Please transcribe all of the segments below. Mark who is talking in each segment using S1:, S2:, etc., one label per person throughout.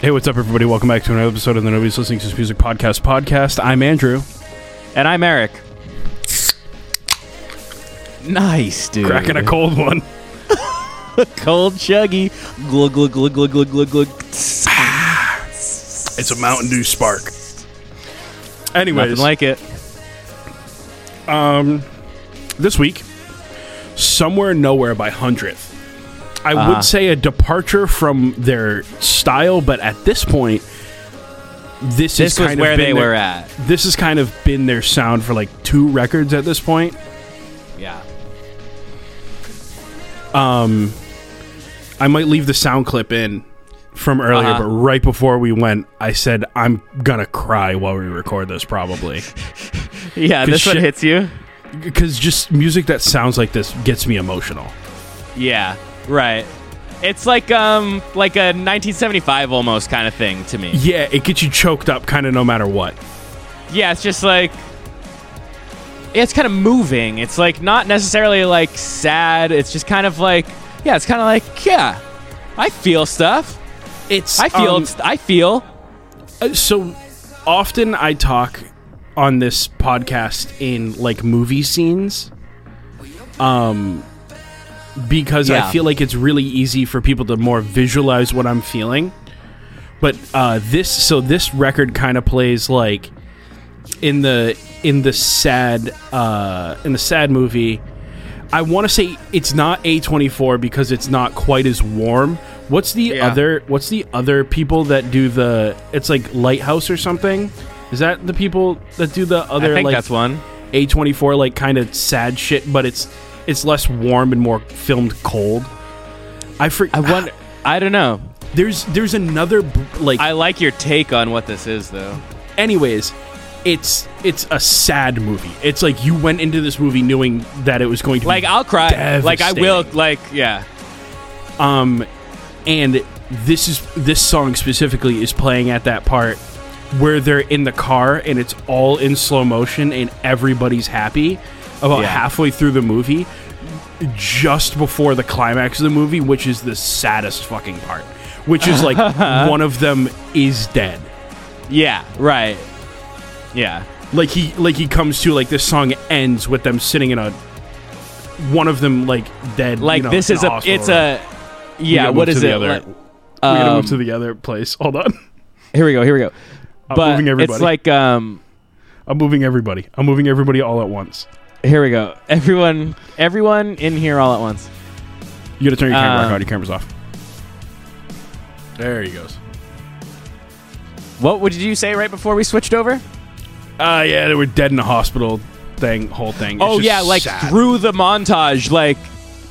S1: Hey, what's up, everybody? Welcome back to another episode of the Nobody's Listening to This Music Podcast podcast. I'm Andrew.
S2: And I'm Eric. Nice, dude.
S1: Cracking a cold one.
S2: cold chuggy. Glug, glug, glug, glug, glug, glug, glug.
S1: It's a Mountain Dew spark. Anyways,
S2: Nothing like it.
S1: this week, Somewhere Nowhere by Hundredth. I
S2: Uh-huh.
S1: would say a departure from their style, but at this point, this,
S2: This
S1: is
S2: was
S1: kind
S2: where
S1: of been
S2: they
S1: their-
S2: were at.
S1: This has kind of been their sound for like two records at this point.
S2: Yeah.
S1: I might leave the sound clip in from earlier,
S2: Uh-huh.
S1: but right before we went, I said I'm gonna cry while we record this probably
S2: Yeah, this one
S1: shit-
S2: hits you.
S1: because just music that sounds like this gets me emotional.
S2: Yeah, right. It's like um like a 1975 almost kind of thing to me.
S1: Yeah, it gets you choked up, kind of no matter what.
S2: Yeah, it's just like it's kind of moving. It's like not necessarily like sad. It's just kind of like yeah, it's kind of like yeah. I feel stuff.
S1: It's
S2: I feel
S1: um,
S2: I feel
S1: uh, so often. I talk on this podcast in like movie scenes, um, because I
S2: Yeah.
S1: feel like it's really easy for people to more visualize what I'm feeling. But uh, this, so this record kind of plays like in the in the sad uh, in the sad movie. I want to say it's not A24 because it's not quite as warm. What's the
S2: Yeah.
S1: other what's the other people that do the it's like Lighthouse or something? Is that the people that do the
S2: I
S1: other
S2: think
S1: like
S2: that's one.
S1: A24 like kind of sad shit but it's it's less warm and more filmed cold? I for,
S2: I wonder I don't know.
S1: there's there's another b- like
S2: I like your take on what this is though.
S1: anyways it's it's a sad movie it's like you went into this movie knowing that it was going to
S2: Like
S1: be
S2: I'll cry. Like I will
S1: devastating.
S2: like yeah.
S1: and this is this song specifically is playing at that part where they're in the car and it's all in slow motion and everybody's happy about
S2: Yeah.
S1: halfway through the movie just before the climax of the movie which is the saddest fucking part which is like one of them is dead
S2: Yeah, right. Yeah.
S1: like he like he comes to like this song ends with them sitting in a one of them like dead
S2: Like
S1: you know,
S2: this
S1: in
S2: is a
S1: hospital
S2: it's
S1: room.
S2: a yeah,
S1: gotta
S2: what
S1: move
S2: is
S1: to the
S2: it?
S1: other-
S2: Like-
S1: we're gonna move
S2: um,
S1: to the other place hold on
S2: Here we go. Here we go.
S1: I'm
S2: but
S1: moving everybody.
S2: it's like um
S1: i'm moving everybody i'm moving everybody all at once
S2: here we go. Everyone everyone in here all at once.
S1: you gotta turn your camera back
S2: Um,
S1: on your camera's off there he goes
S2: What would you say right before we switched over?
S1: uh yeah they were dead in a hospital thing whole thing It's
S2: oh
S1: just
S2: yeah, like
S1: sad.
S2: through the montage like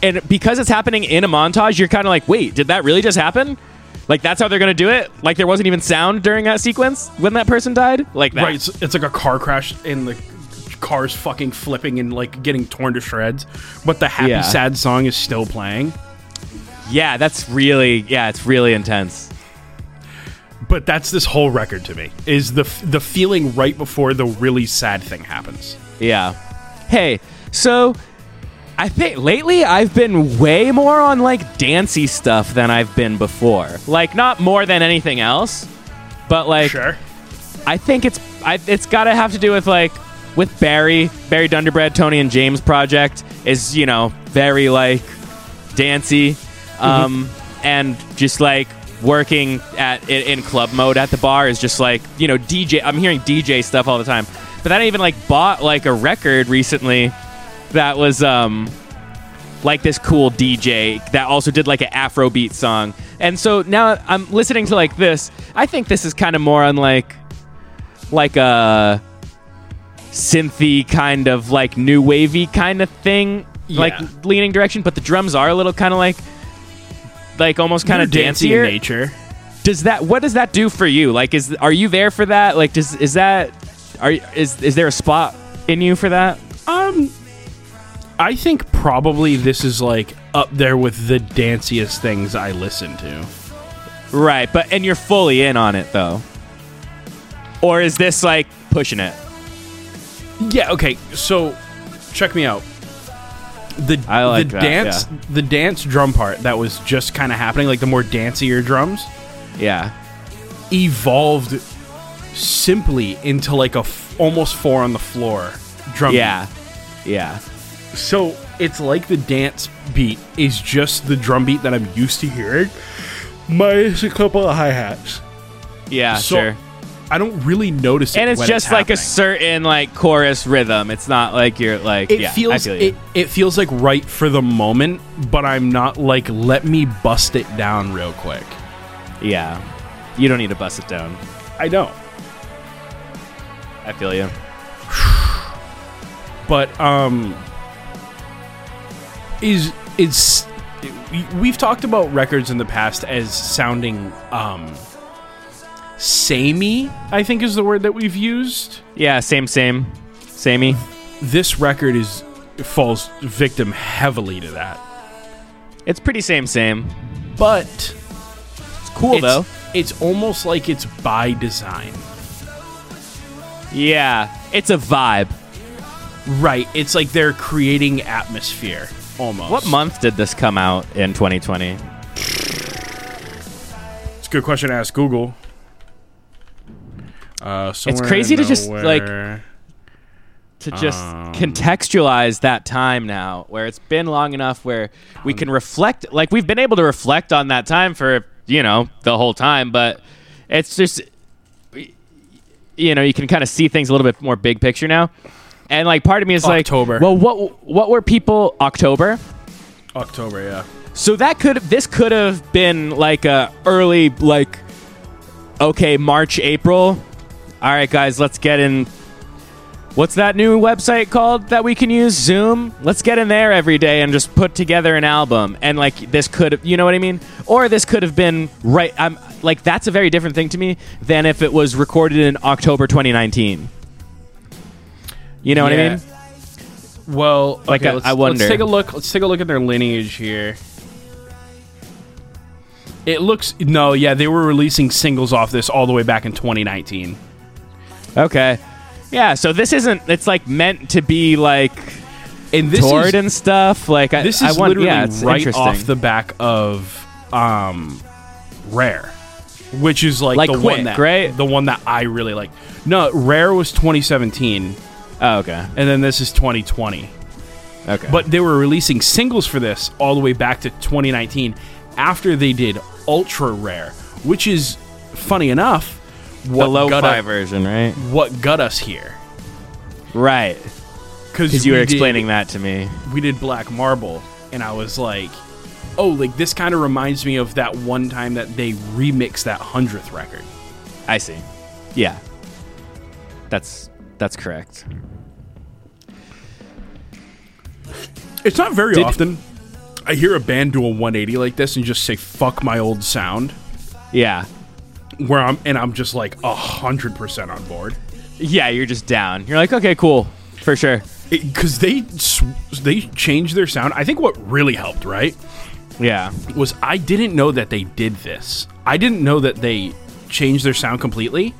S2: and because it's happening in a montage, you're kind of like, "Wait, did that really just happen?" Like that's how they're going to do it? Like there wasn't even sound during that sequence when that person died? Like that.
S1: right it's, it's like a car crash and the car's fucking flipping and like getting torn to shreds but the happy
S2: Yeah.
S1: sad song is still playing
S2: Yeah, that's really yeah, it's really intense.
S1: but that's this whole record to me is the f- the feeling right before the really sad thing happens.
S2: Yeah. Hey, so I think lately I've been way more on like dancey stuff than I've been before. Like not more than anything else, but like I think it's I, it's got to have to do with like with Barry, Barry Dunderbread, Tony and James project is you know very like dancey, um, and just like working at in, in club mode at the bar is just like you know DJ. I'm hearing DJ stuff all the time, but then I even like bought like a record recently that was um like this cool DJ that also did like an Afrobeat song. And so now I'm listening to like this. I think this is kind of more on like like a synthy kind of like new wavy kind of thing,
S1: Yeah.
S2: like leaning direction. But the drums are a little kind of like like almost kind of
S1: They're dancey in
S2: dancier.
S1: nature.
S2: Does that what does that do for you? Like is are you there for that? Like does is that are is is there a spot in you for that?
S1: Um, I think probably this is like up there with the danciest things I listen to.
S2: Right, but and you're fully in on it though. Or is this like pushing it?
S1: Yeah, okay. So check me out. The
S2: I like
S1: the
S2: that,
S1: dance
S2: yeah.
S1: the dance drum part that was just kind of happening like the more dancier drums
S2: Yeah.
S1: evolved simply into like a f- almost four on the floor drum. beat.
S2: Yeah. Yeah.
S1: So it's like the dance beat is just the drum beat that I'm used to hearing, minus a couple of hi hats.
S2: Yeah,
S1: So
S2: sure.
S1: I don't really notice it.
S2: And it's
S1: when
S2: just like a
S1: happening.
S2: certain like chorus rhythm. It's not like you're like
S1: it
S2: yeah, I
S1: feels
S2: feel you.
S1: it, it feels like right for the moment, but I'm not like let me bust it down real quick.
S2: yeah. You don't need to bust it down.
S1: I don't.
S2: I feel you.
S1: But um is it's we- we've talked about records in the past as sounding um samey, I think is the word that we've used.
S2: Yeah, same same. Samey.
S1: This record is falls victim heavily to that.
S2: It's pretty same same.
S1: But
S2: It's cool
S1: it's,
S2: though.
S1: it's almost like it's by design.
S2: Yeah. It's a vibe.
S1: Right. It's like they're creating atmosphere almost.
S2: What month did this come out in 2020?
S1: It's a good question to ask Google. Uh, somewhere
S2: crazy
S1: in
S2: to just, like-
S1: nowhere.
S2: to just contextualize that time now where it's been long enough where we can reflect like we've been able to reflect on that time for you know the whole time but it's just you know you can kind of see things a little bit more big picture now and like part of me is
S1: October.
S2: like well what what were people october
S1: October, yeah.
S2: so that could this could have been like a early like okay March April. All right, guys, let's get in. What's that new website called that we can use? Zoom. Let's get in there every day and just put together an album. And like this could, you know what I mean? Or this could have been right. I'm like that's a very different thing to me than if it was recorded in October 2019. You know what I
S1: Yeah.
S2: mean?
S1: Well,
S2: Like,
S1: okay,
S2: I-
S1: let's,
S2: I wonder.
S1: Let's take a look. Let's take a look at their lineage here. It looks no, yeah, they were releasing singles off this all the way back in 2019.
S2: Okay. Yeah. So this isn't. It's like meant to be like
S1: And this
S2: toured
S1: is
S2: and stuff. Like I,
S1: this
S2: I
S1: is
S2: want,
S1: literally
S2: yeah, it's
S1: right
S2: interesting.
S1: off the back of um, Rare, which is like,
S2: Like
S1: the
S2: Quick,
S1: one that
S2: right?
S1: the one that I really like. No, Rare was 2017,
S2: Oh, okay,
S1: and then this is 2020.
S2: okay,
S1: But they were releasing singles for this all the way back to 2019 after they did Ultra Rare, which is funny enough
S2: the
S1: what
S2: low
S1: got
S2: fi
S1: us,
S2: version, right?
S1: what got us here.
S2: Right, because you
S1: we
S2: were
S1: did-
S2: explaining that to me.
S1: we did Black Marble, and I was like, oh, like this kind of reminds me of that one time that they remixed that hundredth record.
S2: I see. Yeah, that's that's correct.
S1: It's not very
S2: Did-
S1: often I hear a band do a 180 like this and just say "fuck my old sound,"
S2: Yeah,
S1: where I'm and I'm just like a hundred percent on board
S2: yeah, you're just down. You're like, okay, cool, for sure.
S1: because they sw- they changed their sound. I think what really helped, right,
S2: Yeah,
S1: was I didn't know that they did this. I didn't know that they changed their sound completely,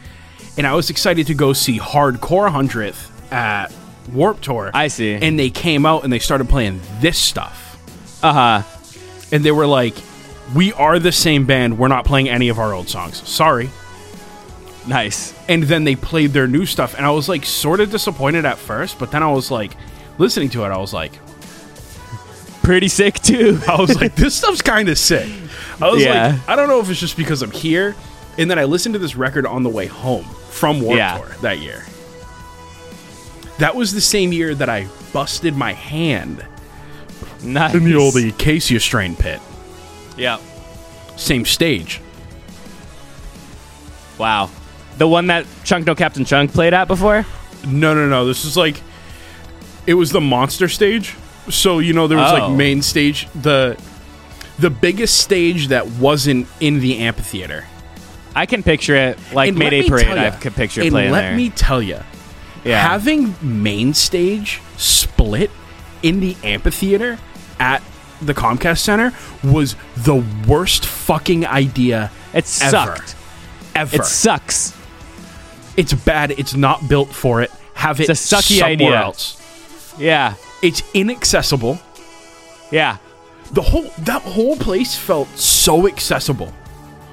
S1: and I was excited to go see Hardcore Hundredth at Warp Tour.
S2: I see.
S1: And they came out and they started playing this stuff,
S2: uh huh.
S1: and they were like, "We are the same band. We're not playing any of our old songs. Sorry."
S2: Nice.
S1: And then they played their new stuff, and I was like, sort of disappointed at first, but then I was like, listening to it, I was like,
S2: Pretty sick too.
S1: I was like, this stuff's kind of sick. I was
S2: Yeah.
S1: like, I don't know if it's just because I'm here. And then I listened to this record on the way home from Warped
S2: Yeah.
S1: Tour that year. That was the same year that I busted my hand
S2: nice.
S1: in the old Acacia Strain pit.
S2: Yeah.
S1: Same stage.
S2: Wow. The one that Chunk No Captain Chunk played at before.
S1: No, no, no. This is like, it was the monster stage. So you know there was
S2: Oh.
S1: like main stage, the the biggest stage that wasn't in the amphitheater.
S2: I can picture it like
S1: let
S2: Mayday
S1: me
S2: Parade.
S1: tell ya-
S2: I can picture it
S1: and
S2: playing
S1: let
S2: there.
S1: me tell you,
S2: yeah.
S1: having main stage split in the amphitheater at the Comcast Center was the worst fucking idea
S2: It
S1: ever.
S2: sucked.
S1: Ever.
S2: It sucks.
S1: It's bad. It's not built for it. Have it
S2: It's a sucky
S1: somewhere
S2: idea.
S1: else.
S2: Yeah.
S1: It's inaccessible.
S2: Yeah.
S1: The whole that whole place felt so accessible.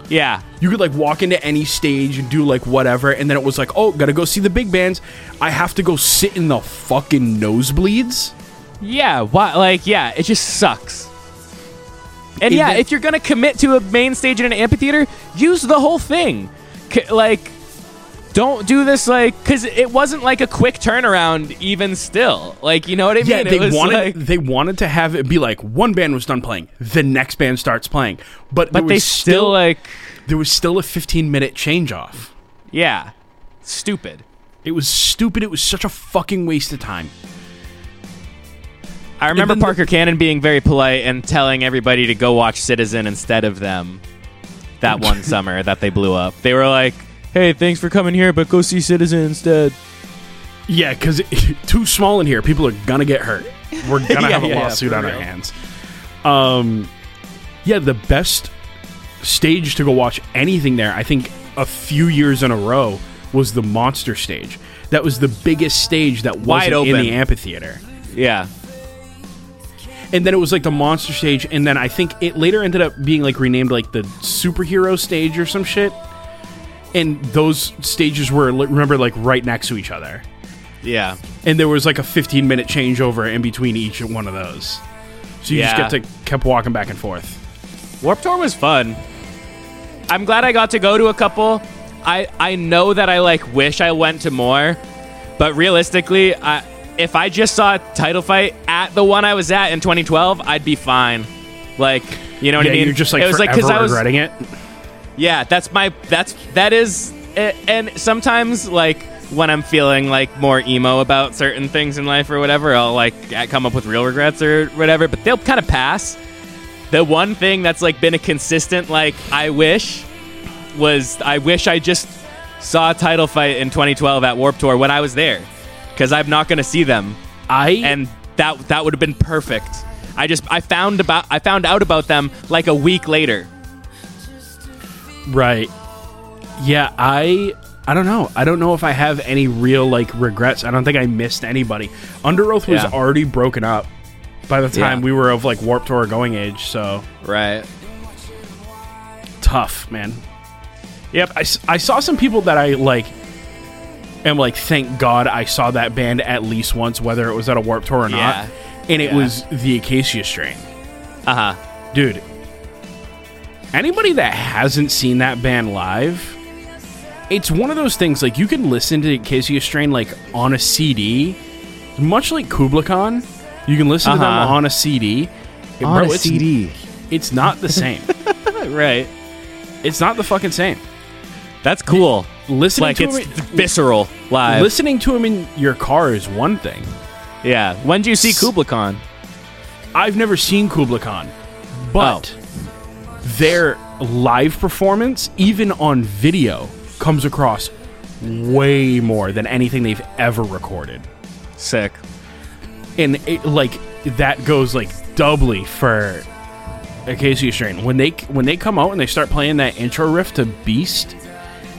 S2: Yeah.
S1: You could like walk into any stage and do like whatever, and then it was like, oh, gotta go see the big bands. I have to go sit in the fucking nosebleeds.
S2: Yeah, why, like, yeah, it just sucks. And
S1: Is
S2: yeah,
S1: it-
S2: if you're gonna commit to a main stage in an amphitheater, use the whole thing. C- like, don't do this like because it wasn't like a quick turnaround. Even still, like, you know what I
S1: Yeah,
S2: mean?
S1: they
S2: it was
S1: wanted
S2: like,
S1: they wanted to have it be like one band was done playing, the next band starts playing, but there was
S2: but they still, like,
S1: there was still a 15 minute change off.
S2: yeah, stupid.
S1: It was stupid. It was such a fucking waste of time.
S2: I remember
S1: then the-
S2: Parker Cannon being very polite and telling everybody to go watch Citizen instead of them. That one summer that they blew up, they were like, "Hey, thanks for coming here, but go see Citizen instead."
S1: Yeah, because too small in here. People are gonna get hurt. We're gonna
S2: Yeah,
S1: have a
S2: yeah, yeah,
S1: lawsuit
S2: for
S1: on our
S2: real.
S1: hands. Um, yeah, the best stage to go watch anything there. I think a few years in a row was the monster stage. That was the biggest stage that
S2: Wide
S1: wasn't in
S2: open.
S1: the amphitheater.
S2: Yeah,
S1: And then it was like the monster stage, and then I think it later ended up being like renamed like the superhero stage or some shit. And those stages were li- remember like right next to each other.
S2: yeah.
S1: and there was like a 15 minute changeover in between each one of those so you
S2: Yeah.
S1: just kept to kept walking back and forth
S2: Warp Tour was fun. I'm glad I got to go to a couple. I I know that I like wish I went to more, but realistically, I if I just saw a title fight at the one I was at in 2012, I'd be fine. Like, you know what
S1: yeah
S2: I mean?
S1: you're just like
S2: it was like
S1: forever
S2: I was
S1: regretting it
S2: yeah, that's my that's that is a- and sometimes like when I'm feeling like more emo about certain things in life or whatever, I'll like I come up with real regrets or whatever, but they'll kind of pass. The one thing that's like been a consistent like I wish was I wish I just saw a title fight in 2012 at Warp Tour when I was there cuz I'm not going to see them
S1: i
S2: and that that would have been perfect. I just I found about I found out about them like a week later.
S1: right yeah i i don't know i don't know if i have any real like regrets i don't think i missed anybody under oath was
S2: Yeah.
S1: already broken up by the time
S2: Yeah.
S1: we were of like warp tour going age so
S2: Right.
S1: tough man yep I, s- I saw some people that i like am like thank god i saw that band at least once whether it was at a warp tour or
S2: Yeah.
S1: not and it
S2: Yeah.
S1: was the acacia strain
S2: Uh-huh.
S1: dude anybody that hasn't seen that band live it's one of those things like you can listen to acacia strain like on a cd much like kubla khan you can listen to them
S2: Uh-huh.
S1: on a cd Bro, it's- it's not the same
S2: Right.
S1: it's not the fucking same
S2: That's cool.
S1: listening
S2: Like
S1: to
S2: it's
S1: it-
S2: visceral live.
S1: listening to him in your car is one thing.
S2: yeah. When do you see Kubla Khan?
S1: I've never seen Kubla Khan, but
S2: Oh.
S1: their live performance, even on video, comes across way more than anything they've ever recorded.
S2: Sick.
S1: And it, like that goes like doubly for Acacia Strain when they when they come out and they start playing that intro riff to Beast,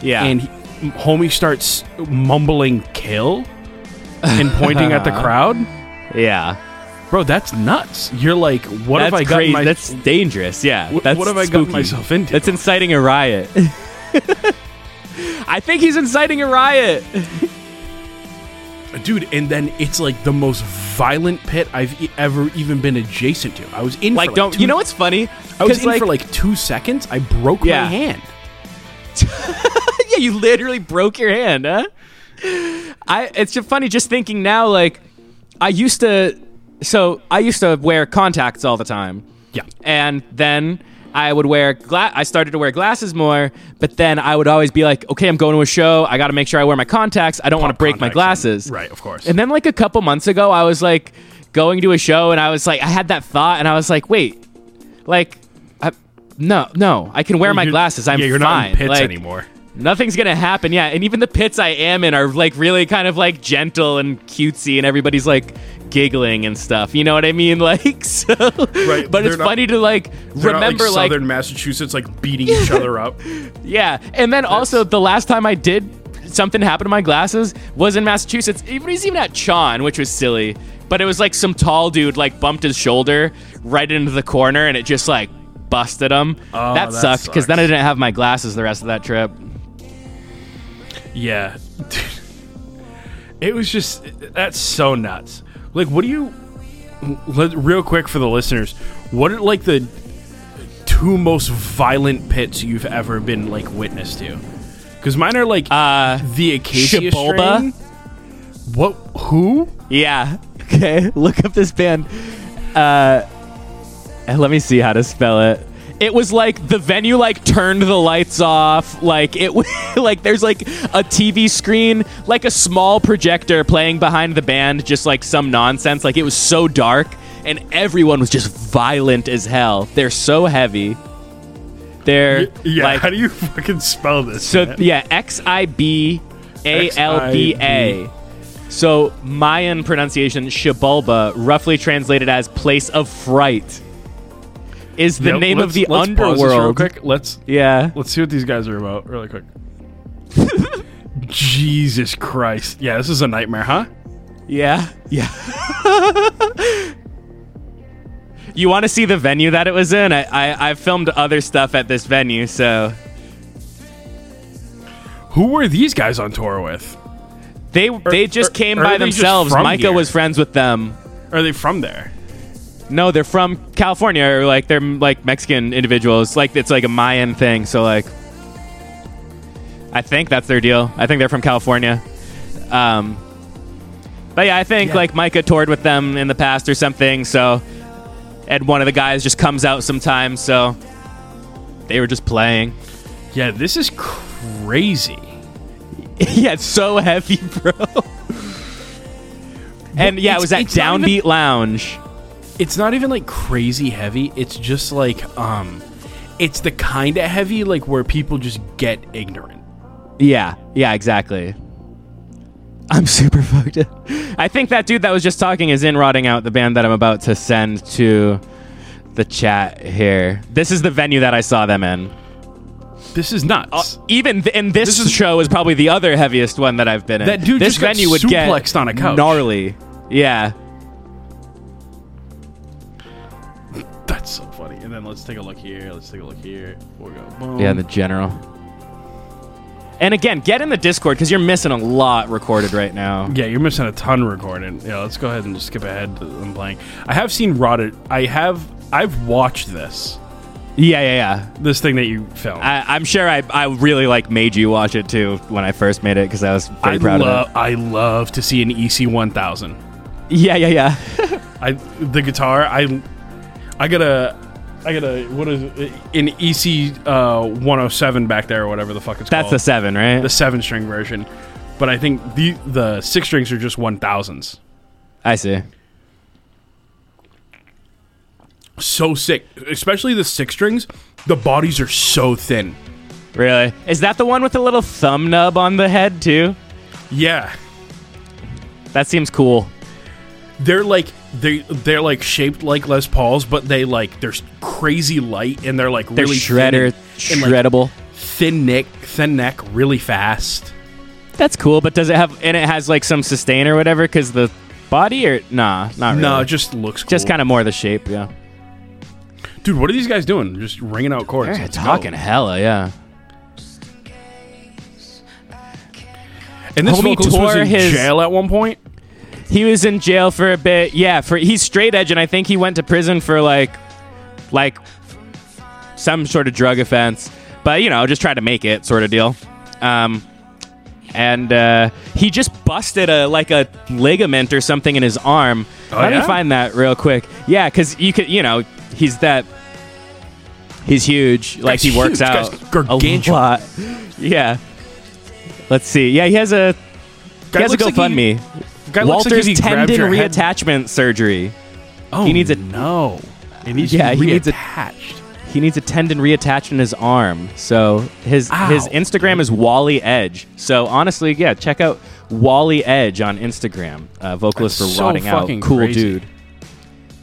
S2: Yeah.
S1: and he, homie starts mumbling "kill" and pointing at the crowd.
S2: yeah.
S1: bro that's nuts you're like what
S2: that's
S1: have i got
S2: crazy.
S1: my
S2: that's dangerous. Yeah.
S1: Wh-
S2: that's
S1: what have I
S2: spooky.
S1: gotten myself into?
S2: That's inciting a riot. I think he's inciting a riot.
S1: dude and then it's like the most violent pit i've e- ever even been adjacent to i was in for
S2: Like, don't
S1: two-
S2: you know what's funny?
S1: i was
S2: 'Cause,
S1: in for like two seconds i broke
S2: Yeah.
S1: my hand
S2: yeah, you literally broke your hand, huh? I it's just funny just thinking now like I used to so I used to wear contacts all the time.
S1: yeah
S2: And then I would wear gla- I started to wear glasses more, but then I would always be like, "Okay, I'm going to a show. I got to make sure I wear my contacts. I don't want to break my
S1: Contacts and-
S2: glasses."
S1: right of course
S2: And then like a couple months ago, I was like going to a show and I was like I had that thought and I was like, "Wait. Like I, no, no. I can wear my
S1: You're-
S2: glasses. I'm
S1: yeah you're
S2: fine.
S1: not in pits
S2: Like,
S1: anymore
S2: Nothing's gonna happen, yeah. And even the pits I am in are like really kind of like gentle and cutesy, and everybody's like giggling and stuff. You know what I mean? Like so,
S1: Right,
S2: But it's
S1: they're not-
S2: funny to like
S1: They're not,
S2: remember,
S1: like
S2: like,
S1: southern massachusetts like beating each other up
S2: yeah. And then also the last time I did something happened to my glasses was in Massachusetts. It was even at Chon, which was silly, but it was like some tall dude like bumped his shoulder right into the corner, and it just like busted them.
S1: Oh,
S2: that
S1: that
S2: sucked because then I
S1: sucks.
S2: didn't have my glasses the rest of that trip.
S1: Yeah. Dude. It was just that's so nuts. Like what do you let, real quick for the listeners, what are like the two most violent pits you've ever been like witness to? Cuz mine are like
S2: Uh,
S1: the Acacia
S2: Shibolba?
S1: strain. What who?
S2: yeah. Okay, look up this band. Uh, and let me see how to spell it. It was like the venue like turned the lights off. Like it w- like there's like a TV screen, like a small projector playing behind the band, just like some nonsense. Like it was so dark, and everyone was just violent as hell. They're so heavy. They're like
S1: do you fucking spell this?
S2: So yeah, X I B A L B A. So Mayan pronunciation Shibalba, roughly translated as place of fright, is the name of the underworld.
S1: real quick. Let's
S2: Yeah.
S1: Let's see what these guys are about really quick. Jesus Christ. Yeah, this is a nightmare, huh?
S2: Yeah. Yeah. you want to see the venue that it was in? I, I I filmed other stuff at this venue, so
S1: Who were these guys on tour with?
S2: they they just
S1: or-
S2: came
S1: or
S2: by
S1: Er, are they just
S2: themselves.
S1: from
S2: Micah
S1: here?
S2: was friends with them.
S1: Are they from there?
S2: No, they're from California. Or like they're like Mexican individuals. Like it's like a Mayan thing. So like, I think that's their deal. I think they're from California. Um, but yeah, I think
S1: Yeah.
S2: like Micah toured with them in the past or something. So, and one of the guys just comes out sometimes. So they were just playing.
S1: Yeah, this is crazy.
S2: yeah, it's so heavy, bro. and yeah,
S1: It's-
S2: it was at
S1: it's not
S2: Downbeat
S1: even-
S2: Lounge.
S1: It's not even like crazy heavy. It's just like um it's the kind of heavy like where people just get ignorant.
S2: Yeah, yeah, exactly. I'm super fucked up. I think that dude that was just talking is in rotting out the band that I'm about to send to the chat here. This is the venue that I saw them in.
S1: This is nuts.
S2: Even th- and this,
S1: This is-
S2: show is probably the other heaviest one that I've been in.
S1: That dude
S2: this
S1: just got
S2: venue would get
S1: suplexed on a couch.
S2: gnarly. Yeah,
S1: Uh, That's so funny. And then let's take a look here. Let's take a look here. We'll go. Boom.
S2: yeah, the general. And again, get in the Discord because you're missing a lot recorded right now.
S1: Yeah, you're missing a ton recorded. Yeah, let's go ahead and just skip ahead to them playing. I have seen Rotted. I have. I've watched this.
S2: Yeah, yeah, yeah.
S1: This thing that you filmed.
S2: I, I'm sure I, I really like made you watch it too when I first made it because I was
S1: I
S2: pretty proud
S1: love.
S2: of
S1: I love to see an EC one thousand.
S2: it. Yeah, yeah, yeah.
S1: I the guitar. I. I got a. I got a what is it, an EC uh, 107 back there or whatever the fuck it's
S2: That's
S1: called.
S2: the seven, right?
S1: Oh. the seven string version, but I think the the six strings are just one thousands.
S2: I see.
S1: So sick, especially the six strings. The bodies are so thin.
S2: Really? Is that the one with the little thumb nub on the head too?
S1: Yeah,
S2: That seems cool.
S1: they're like they they're like shaped like Les Pauls, but they like they're s- crazy light and they're like
S2: They're
S1: really
S2: shredder,
S1: thin, and, like,
S2: shreddable.
S1: thin neck, thin neck, really fast.
S2: That's cool, but does it have? And it has like some sustain or whatever because the body or nah, not really.
S1: No, it just looks cool.
S2: just kind of more the shape. Yeah.
S1: of dude. What are these guys doing? Just ringing out chords.
S2: They're
S1: Let's go.
S2: talking hella, yeah.
S1: And this
S2: Homie
S1: vocalist was
S2: tore
S1: in
S2: his-
S1: jail at one point.
S2: He was in jail for a bit. Yeah, for he's straight edge, and I think he went to prison for like, like, some sort of drug offense. But you know, just try to make it sort of deal. Um, and uh, he just busted a like a ligament or something in his arm.
S1: Oh,
S2: Let
S1: yeah?
S2: me find that real quick. Yeah, because you could, you know, he's that. He's huge. Like he
S1: Guy's
S2: works
S1: huge.
S2: out
S1: Guy's gargantuan.
S2: a lot. Yeah. Let's see. Yeah, he has a
S1: Guy
S2: he has a
S1: looks like
S2: GoFundMe.
S1: guy looks like
S2: Walter's
S1: he grabbed
S2: tendon
S1: your head.
S2: reattachment surgery.
S1: Oh,
S2: He needs a-
S1: no. It needs
S2: Yeah,
S1: yeah,
S2: he needs a-
S1: reattached.
S2: He needs a tendon reattached in his arm. So his
S1: Ow.
S2: his Instagram is Wally Edge. So honestly, yeah, check out Wally Edge on Instagram. Uh, vocalist
S1: That's
S2: for
S1: so
S2: rotting out,
S1: fucking
S2: cool
S1: crazy.
S2: dude.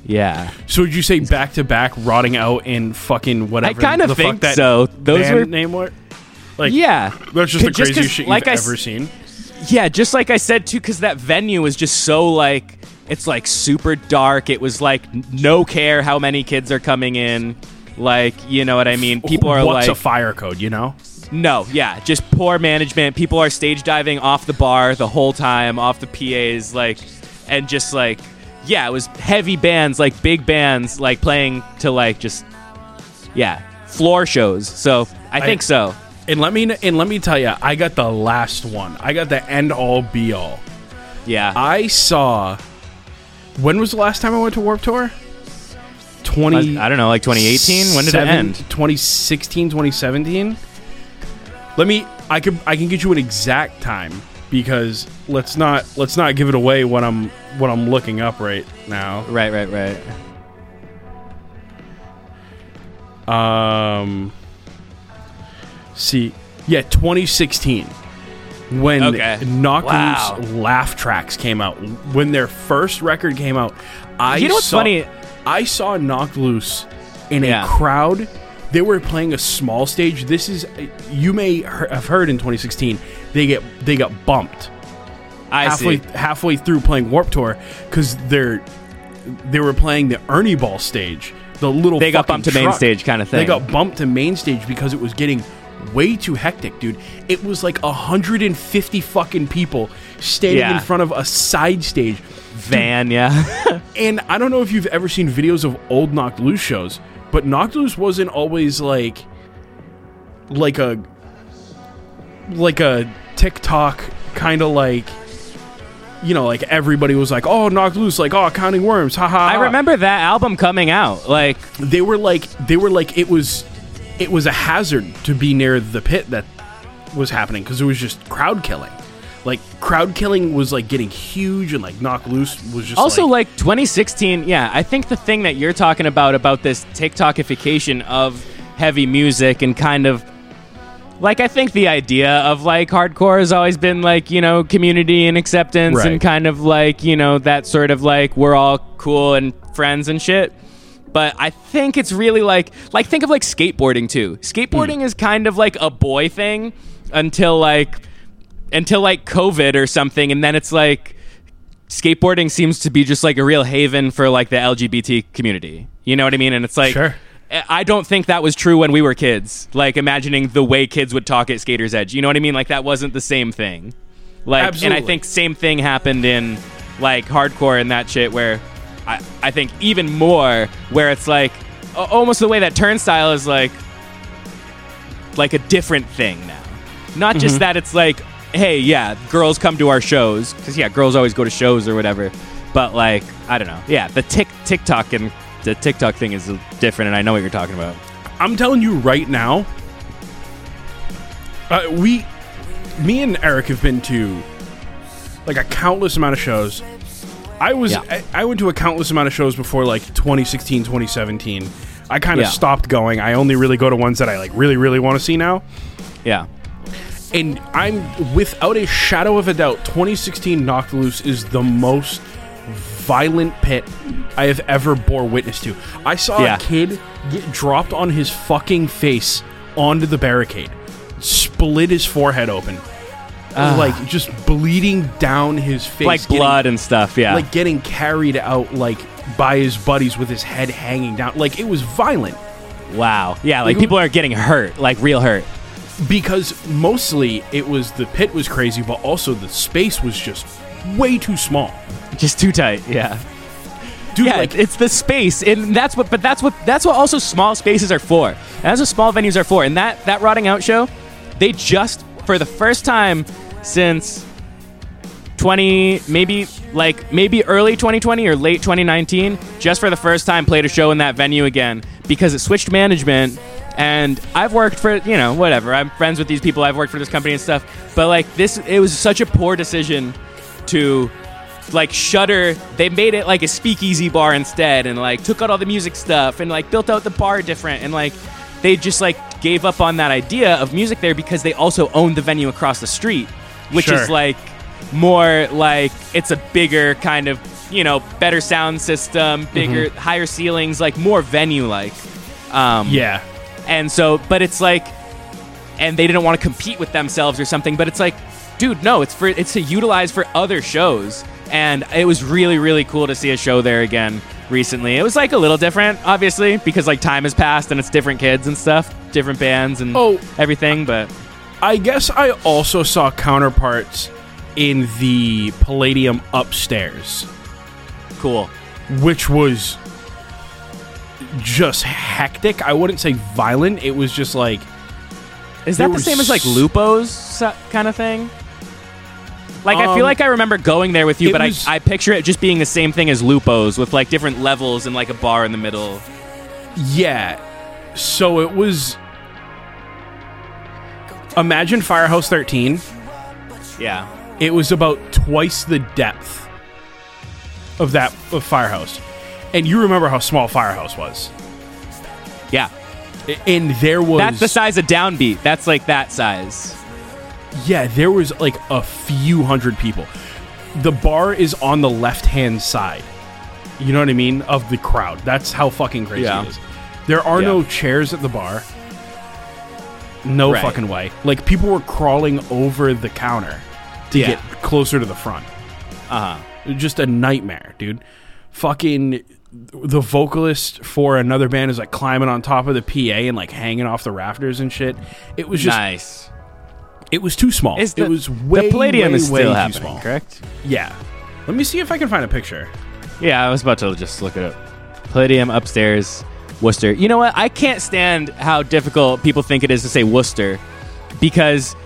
S2: Yeah,
S1: So would you say back to back rotting out in fucking whatever?
S2: I kind
S1: the
S2: of
S1: fuck
S2: think
S1: that
S2: so. Those
S1: band
S2: were
S1: name were. Like
S2: yeah.
S1: That's just the
S2: Could- just 'cause,
S1: craziest shit
S2: like
S1: you've
S2: I s-
S1: ever seen.
S2: Yeah, just like I said too, because that venue is just so like it's like super dark. It was like n- no care how many kids are coming in. Like, you know what I mean? People are
S1: Oh, What's a
S2: like,
S1: fire code? You know,
S2: no, yeah, just poor management. People are stage diving off the bar the whole time, off the PAs, like, and just like, yeah, it was heavy bands, like big bands, like playing to like just, yeah, floor shows. So I think so.
S1: and let me and let me tell you, I got the last one. I got the end all be all.
S2: Yeah.
S1: I saw. When was the last time I went to Warp Tour? Twenty.
S2: I don't know, like 2018. When did it
S1: Seven-
S2: end?
S1: 2016, 2017. Let me I could I can get you an exact time because let's not let's not give it away what I'm what I'm looking up right now.
S2: Right, right, right.
S1: Um see. Yeah, 2016 when
S2: Okay.
S1: Knock
S2: Wow.
S1: Loose Laugh Tracks came out. When their first record came out, I
S2: You know what's
S1: saw,
S2: funny?
S1: I saw Knock Loose in
S2: Yeah.
S1: a crowd. They were playing a small stage. This is you may he- have heard in 2016. They get they got bumped
S2: I
S1: halfway
S2: see.
S1: halfway through playing Warp Tour because they're they were playing the Ernie Ball stage. The little
S2: They got
S1: fucking
S2: bumped to main
S1: truck.
S2: stage kinda
S1: They
S2: thing.
S1: got bumped to main stage because it was getting way too hectic, dude. It was like 150 fucking people standing
S2: Yeah.
S1: in front of a side stage.
S2: Van, yeah.
S1: And I don't know if you've ever seen videos of old Knocked Loose shows, but Knocked Loose wasn't always like like a like a TikTok kind of like you know, like everybody was like, "Oh, Knocked Loose," like, "Oh, Counting Worms," haha.
S2: I remember that album coming out. Like,
S1: they were like they were like it was it was a hazard to be near the pit that was happening because it was just crowd killing. Like crowd killing was like getting huge, and like Knock Loose was just
S2: also
S1: like,
S2: like, 2016 yeah i think the thing that you're talking about about this tiktokification of heavy music and kind of like i think the idea of like hardcore has always been like you know community and acceptance
S1: Right.
S2: and kind of like you know that sort of like we're all cool and friends and shit but i think it's really like like think of like skateboarding too skateboarding
S1: Hmm.
S2: is kind of like a boy thing until like until like covid or something and then it's like skateboarding seems to be just like a real haven for like the LGBT community. You know what I mean? And it's like,
S1: Sure.
S2: I I don't think that was true when we were kids. Like imagining the way kids would talk at Skater's Edge. You know what I mean? Like that wasn't the same thing. Like, and
S1: Absolutely.
S2: I think same thing happened in like hardcore and that shit where I, I think even more where it's like a- almost the way that turnstile is like like a different thing now. Not
S1: Mm-hmm.
S2: just that it's like, hey, yeah, girls come to our shows because yeah, girls always go to shows or whatever. But like, I don't know. Yeah, the tick TikTok and the TikTok thing is different, and I know what you're talking about.
S1: I'm telling you right now, uh, we, me and Eric have been to like a countless amount of shows. I was,
S2: Yeah.
S1: I, I went to a countless amount of shows before like 2016, 2017. I kind of
S2: Yeah.
S1: stopped going. I only really go to ones that I like really, really want to see now.
S2: Yeah,
S1: And I'm, without a shadow of a doubt, 2016 Knocked Loose is the most violent pit I have ever bore witness to. I saw
S2: Yeah.
S1: a kid get dropped on his fucking face onto the barricade, split his forehead open, like just bleeding down his face,
S2: Ah. like
S1: getting-
S2: blood and stuff. Yeah,
S1: like getting carried out like by his buddies with his head hanging down. Like it was violent.
S2: wow. Yeah, like
S1: Like-
S2: people are getting hurt, like real hurt.
S1: because mostly it was the pit was crazy, but also the space was just way too small.
S2: Just too tight. Yeah.
S1: Dude,
S2: Yeah,
S1: like
S2: it's the space, and that's what. But that's what. That's what also small spaces are for. And that's what small venues are for. And that that rotting out show, they just for the first time since twenty, maybe like maybe early twenty twenty or late twenty nineteen, just for the first time played a show in that venue again because it switched management. And I've worked for you know whatever. I'm friends with these people. I've worked for this company and stuff. But like this, it was such a poor decision to like Shutter, they made it like a speakeasy bar instead, and like took out all the music stuff, and like built out the bar different, and like they just like gave up on that idea of music there because they also owned the venue across the street, which
S1: Sure.
S2: is like more like it's a bigger kind of you know better sound system, bigger higher ceilings, like more venue like. Um,
S1: yeah,
S2: and so, but it's like, and they didn't want to compete with themselves or something. But it's like, dude, no, it's for it's to utilize for other shows. And it was really, really cool to see a show there again. recently. It was like a little different, obviously, because like time has passed and it's different kids and stuff, different bands and
S1: Oh.
S2: everything. But
S1: I guess I also saw counterparts in the Palladium upstairs,
S2: cool.
S1: which was just hectic. I wouldn't say violent. It was just like
S2: Is
S1: There
S2: that the
S1: was
S2: same as like
S1: s-
S2: Lupo's so- kind of thing? Like I
S1: Um,
S2: feel like I remember going there with you,
S1: it
S2: but
S1: was-
S2: I, I picture it just being the same thing as Lupo's with like different levels and like a bar in the middle.
S1: yeah. So it was. Imagine Firehouse 13.
S2: Yeah.
S1: It was about twice the depth of that of Firehouse, and you remember how small Firehouse was.
S2: Yeah.
S1: And there was
S2: That's the size of Downbeat. That's like that size.
S1: Yeah, there was like a few hundred people. The bar is on the left hand side. You know what I mean? Of the crowd. That's how fucking crazy
S2: Yeah.
S1: it is. There are no
S2: Yeah.
S1: chairs at the bar. No
S2: Right.
S1: fucking way. Like people were crawling over the counter to
S2: Yeah.
S1: get closer to the front.
S2: Uh huh.
S1: Just a nightmare, dude. Fucking the vocalist for another band is like climbing on top of the PA and like hanging off the rafters and shit. It was just
S2: Nice.
S1: it was too small.
S2: Is the-
S1: it was way
S2: the Palladium
S1: way,
S2: is
S1: way
S2: still
S1: too
S2: happening,
S1: small.
S2: correct?
S1: Yeah. Let me see if I can find a picture.
S2: Yeah, I was about to just look it up. Palladium upstairs, Worcester. You know what? I can't stand how difficult people think it is to say Worcester because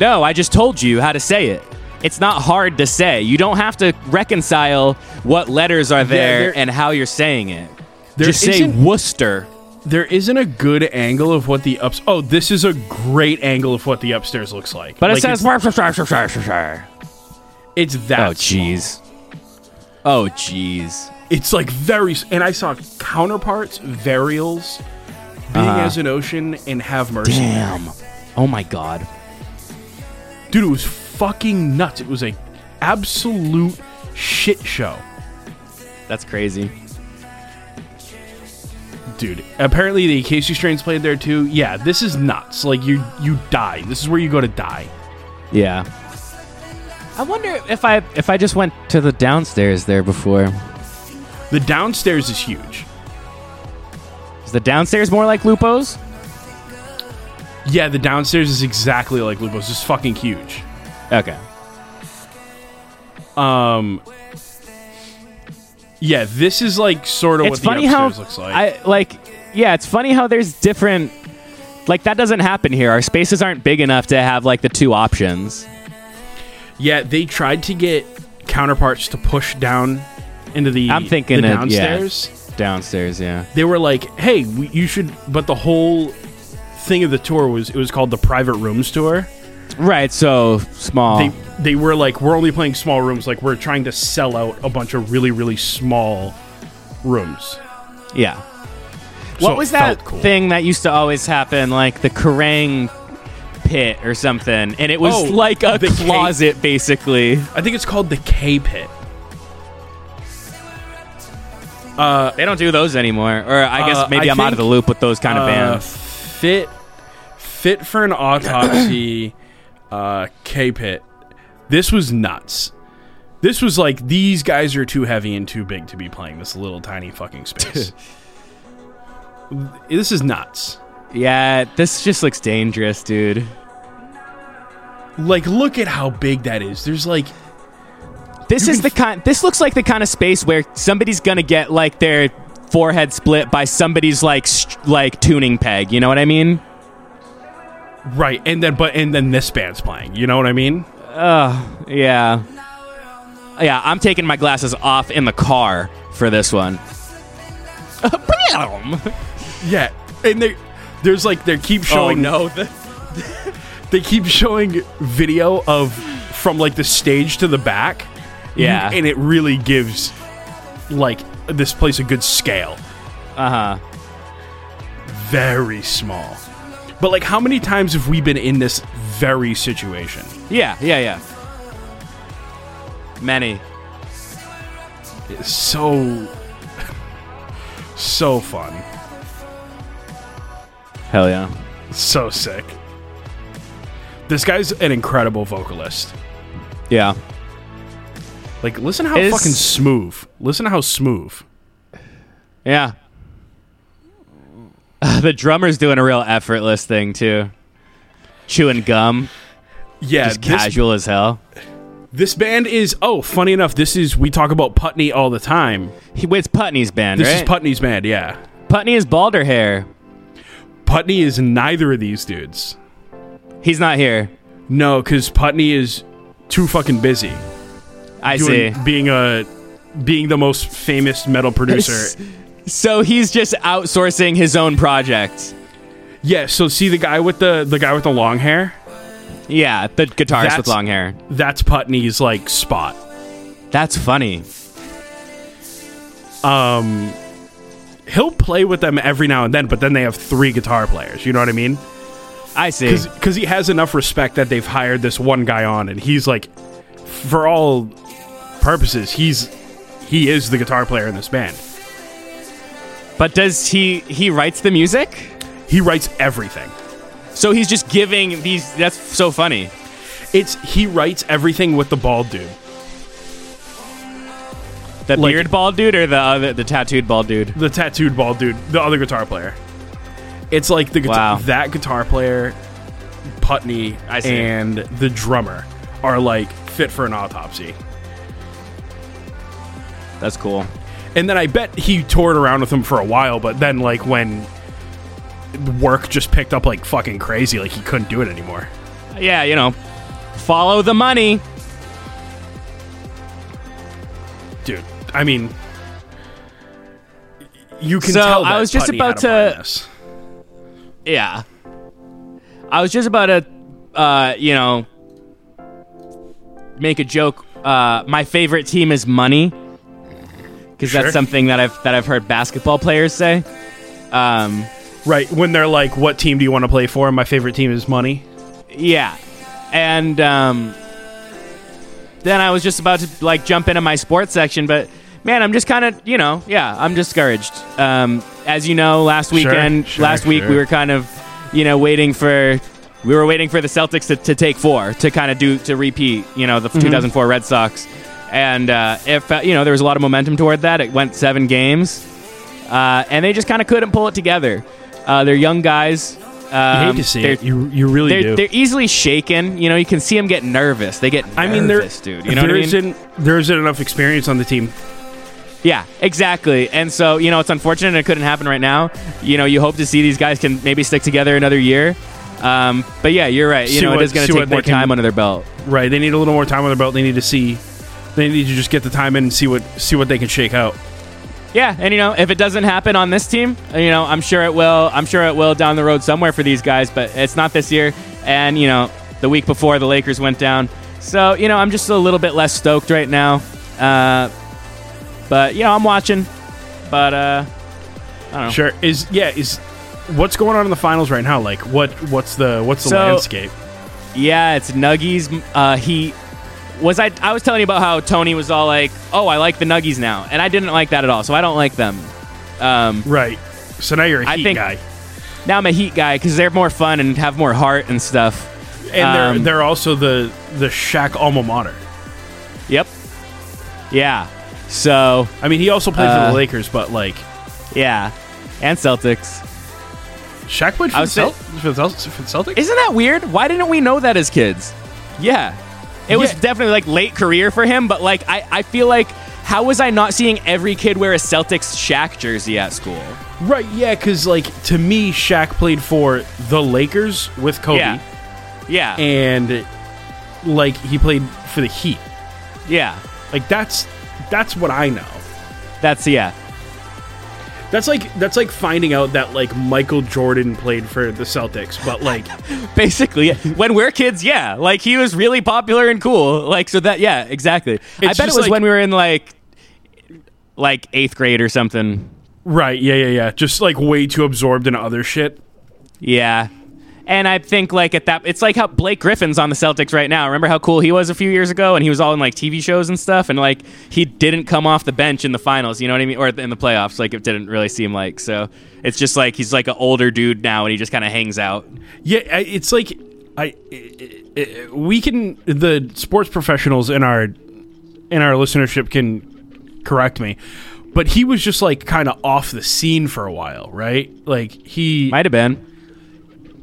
S2: no, I just told you how to say it. It's not hard to say. You don't have to reconcile what letters are
S1: there-
S2: there and how you're saying it.
S1: There
S2: Just say
S1: isn't-
S2: Worcester.
S1: There isn't a good angle of what the ups. Oh, this is a great angle of what the upstairs looks like.
S2: But
S1: Like,
S2: it says
S1: it's,
S2: Worcestershire.
S1: it's that.
S2: Oh jeez. Oh jeez.
S1: small. It's like very. s- And I saw counterparts, varials, being as an ocean, and have mercy,
S2: Uh-huh. Damn. Oh my god.
S1: dude. It was fucking nuts. It was a absolute shit show,
S2: That's crazy.
S1: dude. Apparently, the Casey Strains played there too. Yeah, this is nuts. Like you, you die. This is where you go to die.
S2: Yeah. I wonder if I if I just went to the downstairs there before.
S1: The downstairs is huge.
S2: Is the downstairs more like Lupo's?
S1: Yeah, the downstairs is exactly like Lupo's. It's fucking huge.
S2: Okay.
S1: Yeah, this is like sort of
S2: It's
S1: what
S2: funny
S1: the
S2: how
S1: upstairs looks like.
S2: I like yeah, it's funny how there's different like that doesn't happen here. Our spaces aren't big enough to have like the two options.
S1: yeah, they tried to get counterparts to push down into the
S2: I'm thinking
S1: the
S2: it- yeah.
S1: downstairs.
S2: Downstairs, yeah.
S1: They were like, "Hey, we, you should." But the whole thing of the tour was it was called the private rooms tour.
S2: Right, so small.
S1: They they were like, "We're only playing small rooms. Like we're trying to sell out a bunch of really really small rooms."
S2: yeah.
S1: So
S2: What
S1: it
S2: was that
S1: felt cool.
S2: thing that used to always happen, like the Kerrang pit or something? And it was
S1: Oh,
S2: like a
S1: the cake-
S2: closet, basically.
S1: I think it's called the K pit.
S2: They don't do those anymore. Or I
S1: Uh,
S2: guess maybe
S1: I
S2: I am out of
S1: think,
S2: the loop with those kind of
S1: Uh,
S2: bands.
S1: fit, fit for an autopsy. uh, K pit. This was nuts. This was like these guys are too heavy and too big to be playing this little tiny fucking space. this is nuts.
S2: Yeah, this just looks dangerous, dude.
S1: Like, look at how big that is. There's like,
S2: This
S1: You
S2: is
S1: can
S2: the kind this looks like the kind of space where somebody's going to get like their forehead split by somebody's like st- like tuning peg, you know what I mean?
S1: right, and then but and then this band's playing. You know what I mean?
S2: Yeah. Yeah, I'm taking my glasses off in the car for this one.
S1: Yeah, and they there's like they keep showing
S2: no. The-
S1: they keep showing video of from like the stage to the back.
S2: Yeah.
S1: And it really gives like this place a good scale.
S2: Uh-huh.
S1: Very small. But like how many times have we been in this very situation?
S2: Yeah, yeah, yeah. Many.
S1: It's so so fun.
S2: Hell yeah.
S1: So sick. This guy's an incredible vocalist.
S2: Yeah.
S1: Like listen how
S2: Is-
S1: fucking smooth. Listen how smooth.
S2: Yeah. the drummer's doing a real effortless thing too. Chewing gum,
S1: Yeah,
S2: just
S1: this,
S2: casual as hell.
S1: this band is oh, funny enough, this is we talk about Putney all the time.
S2: He, it's Putney's band,
S1: This is
S2: right?
S1: Putney's band, yeah.
S2: Putney is balder hair.
S1: Putney is neither of these dudes.
S2: He's not here.
S1: No, because Putney is too fucking busy
S2: I
S1: doing
S2: see.
S1: being a being the most famous metal producer.
S2: So he's just outsourcing his own project.
S1: yeah, so see the guy with the the guy with the long hair?
S2: Yeah, the guitarist with
S1: That's-
S2: long hair.
S1: That's Putney's like spot.
S2: That's funny.
S1: He'll play with them every now and then, but then they have three guitar players. You know what I mean?
S2: I see.
S1: because he has enough respect that they've hired this one guy on, and he's like, for all purposes, he's he is the guitar player in this band.
S2: But does he he writes the music?
S1: He writes everything.
S2: So he's just giving these that's so funny.
S1: It's he writes everything with the bald dude.
S2: The
S1: Like-
S2: beard bald dude or the other the tattooed bald dude?
S1: the tattooed bald dude, the other guitar player. It's like the guitar,
S2: Wow.
S1: that guitar player, Putney,
S2: I see.
S1: and the drummer are like fit for an autopsy.
S2: That's cool.
S1: And then I bet he toured around with them for a while, but then like when work just picked up like fucking crazy, like he couldn't do it anymore.
S2: Yeah, you know. Follow the money.
S1: Dude, I mean, you can
S2: So,
S1: tell.
S2: I
S1: that
S2: was just
S1: Putney had
S2: about
S1: a part in
S2: to-
S1: this.
S2: Yeah. I was just about to uh, you know make a joke. Uh, my favorite team is money. Because
S1: Sure.
S2: that's something that I've that I've heard basketball players say. Um
S1: Right when they're like, "What team do you want to play for?" My favorite team is money.
S2: Yeah. And um, then I was just about to like jump into my sports section, but man, I'm just kind of, you know, yeah, I'm discouraged. Um, as you know, last weekend,
S1: sure,
S2: last week
S1: sure.
S2: we were kind of, you know, waiting for we were waiting for the Celtics to, to take four to kind of do to repeat, you know,
S1: Mm-hmm.
S2: the 2004 Red Sox. And uh, if uh, you know, there was a lot of momentum toward that. It went seven games, uh, and they just kind of couldn't pull it together. Uh, they're young guys. Um,
S1: I hate to see
S2: they're-
S1: it. You you really
S2: they're,
S1: do.
S2: they're easily shaken. You know, you can see them get nervous. They get nervous,
S1: I mean, there,
S2: dude. You know what
S1: there
S2: I mean?
S1: isn't- there isn't enough experience on the team.
S2: Yeah, exactly. And so, you know, it's unfortunate it couldn't happen right now. You know, you hope to see these guys can maybe stick together another year. Um, but yeah, you're right. You
S1: See
S2: know,
S1: what-
S2: it is going
S1: see
S2: to
S1: what
S2: take
S1: they
S2: more
S1: can-
S2: time under their belt.
S1: Right? They need a little more time on their belt. They need to see. They need to just get the time in and see what see what they can shake out.
S2: Yeah, and you know, if it doesn't happen on this team, you know, I'm sure it will. I'm sure it will down the road somewhere for these guys, but it's not this year. And you know, the week before the Lakers went down, so you know, I'm just a little bit less stoked right now. Uh, but you know, I'm watching. But uh, Oh.
S1: Sure. Is yeah. Is what's going on in the finals right now? Like what what's the what's the
S2: So-
S1: landscape?
S2: yeah, it's Nuggies. Uh, he was I. I was telling you about how Tony was all like, "Oh, I like the Nuggies now," and I didn't like that at all. So I don't like them. Um,
S1: Right. So now you're a
S2: I
S1: Heat
S2: think-
S1: guy,
S2: now I'm a Heat guy because they're more fun and have more heart and stuff.
S1: and
S2: um,
S1: they're they're also the the Shaq alma mater.
S2: Yep. Yeah. So
S1: I mean, he also played for
S2: Uh,
S1: the Lakers, but like
S2: yeah, and Celtics.
S1: Shaq played for
S2: I
S1: the,
S2: would say-
S1: Celt- for the Celt- for the Celtics.
S2: Isn't that weird? Why didn't we know that as kids? Yeah, it was
S1: Yeah.
S2: definitely like late career for him. But like, I I feel like how was I not seeing every kid wear a Celtics Shaq jersey at school?
S1: Right, yeah, because like to me, Shaq played for the Lakers with Kobe,
S2: Yeah. Yeah.
S1: and like he played for the Heat.
S2: yeah.
S1: Like that's that's what I know.
S2: That's yeah.
S1: That's like that's like finding out that like Michael Jordan played for the Celtics, but like
S2: Basically, when we're kids, yeah, like he was really popular and cool. Like so that yeah, exactly. I
S1: It's
S2: bet it
S1: just
S2: was
S1: like-
S2: when we were in like like eighth grade or something.
S1: right, yeah, yeah, yeah, just like way too absorbed in other shit.
S2: Yeah. And I think like at that it's like how Blake Griffin's on the Celtics right now. Remember how cool he was a few years ago and he was all in like TV shows and stuff and like he didn't come off the bench in the finals, you know what I mean? Or in the playoffs, like it didn't really seem like. So it's just like he's like an older dude now and he just kind of hangs out.
S1: Yeah, I- it's like I, I- I- we can the sports professionals in our in our listenership can correct me, But he was just like kind of off the scene for a while, right? Like he
S2: Might have been.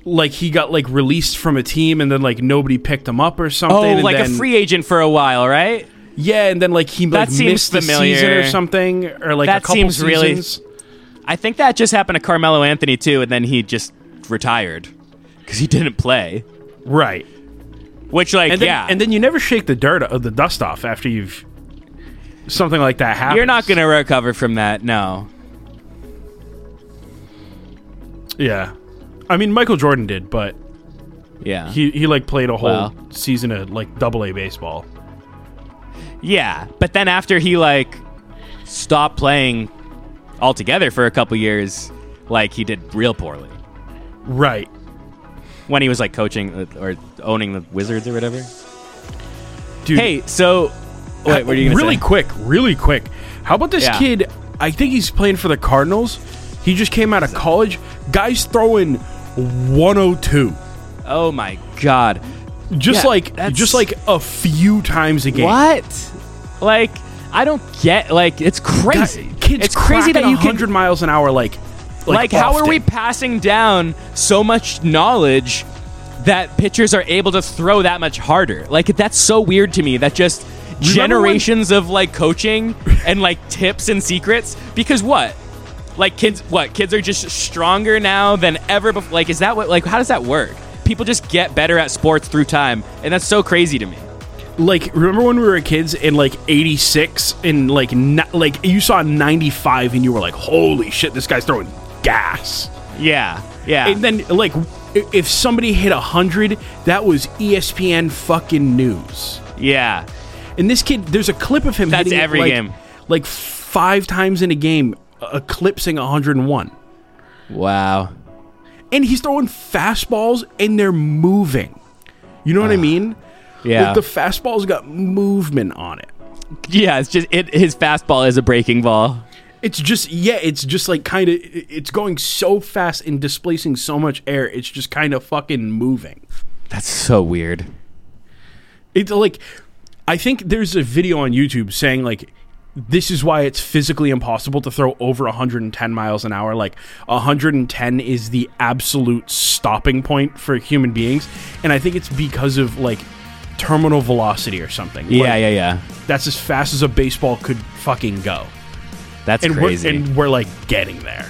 S1: like he got like released from a team and then like nobody picked him up or something.
S2: Oh,
S1: and
S2: like
S1: then-
S2: a free agent for a while, right?
S1: yeah, and then like he like,
S2: seems
S1: missed the
S2: familiar.
S1: season or something or like
S2: That
S1: a couple
S2: seems really-
S1: seasons.
S2: I think that just happened to Carmelo Anthony too, and then he just retired because he didn't play.
S1: right.
S2: Which, like,
S1: And then,
S2: yeah,
S1: and then you never shake the dirt of the dust off after you've something like that happens.
S2: you're not gonna recover from that. No,
S1: Yeah. I mean, Michael Jordan did, but
S2: yeah,
S1: he he like played a whole
S2: Well.
S1: season of like double A baseball.
S2: yeah. But then after he like stopped playing altogether for a couple years, like he did real poorly
S1: Right.
S2: when he was like coaching uh, or owning the Wizards or whatever.
S1: Dude.
S2: Hey, so wait, what are you gonna
S1: really
S2: say?
S1: quick, really quick. How about this
S2: Yeah.
S1: kid? I think he's playing for the Cardinals. He just came out of college. Guy's throwing 102.
S2: Oh my god.
S1: Just
S2: Yeah,
S1: like
S2: that's-
S1: just like a few times a game.
S2: What? Like, I don't get. Like, it's
S1: Guy-
S2: crazy.
S1: kids
S2: it's crazy that you can.
S1: 100 miles an hour like
S2: Like, how are
S1: often.
S2: we passing down so much knowledge that pitchers are able to throw that much harder? Like, that's so weird to me. That just generations of like coaching and like tips and secrets. Because what? Like kids, what kids are just stronger now than ever before. Like, is that what? Like, how does that work? People just get better at sports through time, and that's so crazy to me.
S1: like remember when we were kids in like 86 and like not, like you saw 95 and you were like holy shit this guy's throwing gas
S2: Yeah, yeah.
S1: and then like i- if somebody hit 100 that was E espn fucking news
S2: Yeah.
S1: and this kid there's a clip of him
S2: That's
S1: hitting it,
S2: every
S1: like,
S2: game.
S1: like five times in a game uh, eclipsing 101
S2: Wow.
S1: and he's throwing fastballs and they're moving you know what i mean
S2: Yeah.
S1: like the fastball's got movement on it
S2: yeah, it's just it, his fastball is a breaking ball.
S1: It's just yeah, it's just like kind of it's going so fast and displacing so much air. It's just kind of fucking moving.
S2: That's so weird.
S1: It's like I think there's a video on YouTube saying like this is why it's physically impossible to throw over 110 miles an hour. Like 110 is the absolute stopping point for human beings, and I think it's because of like terminal velocity or something.
S2: Yeah,
S1: Like,
S2: yeah, yeah.
S1: That's as fast as a baseball could fucking go.
S2: That's
S1: And
S2: crazy.
S1: we're and we're like getting there.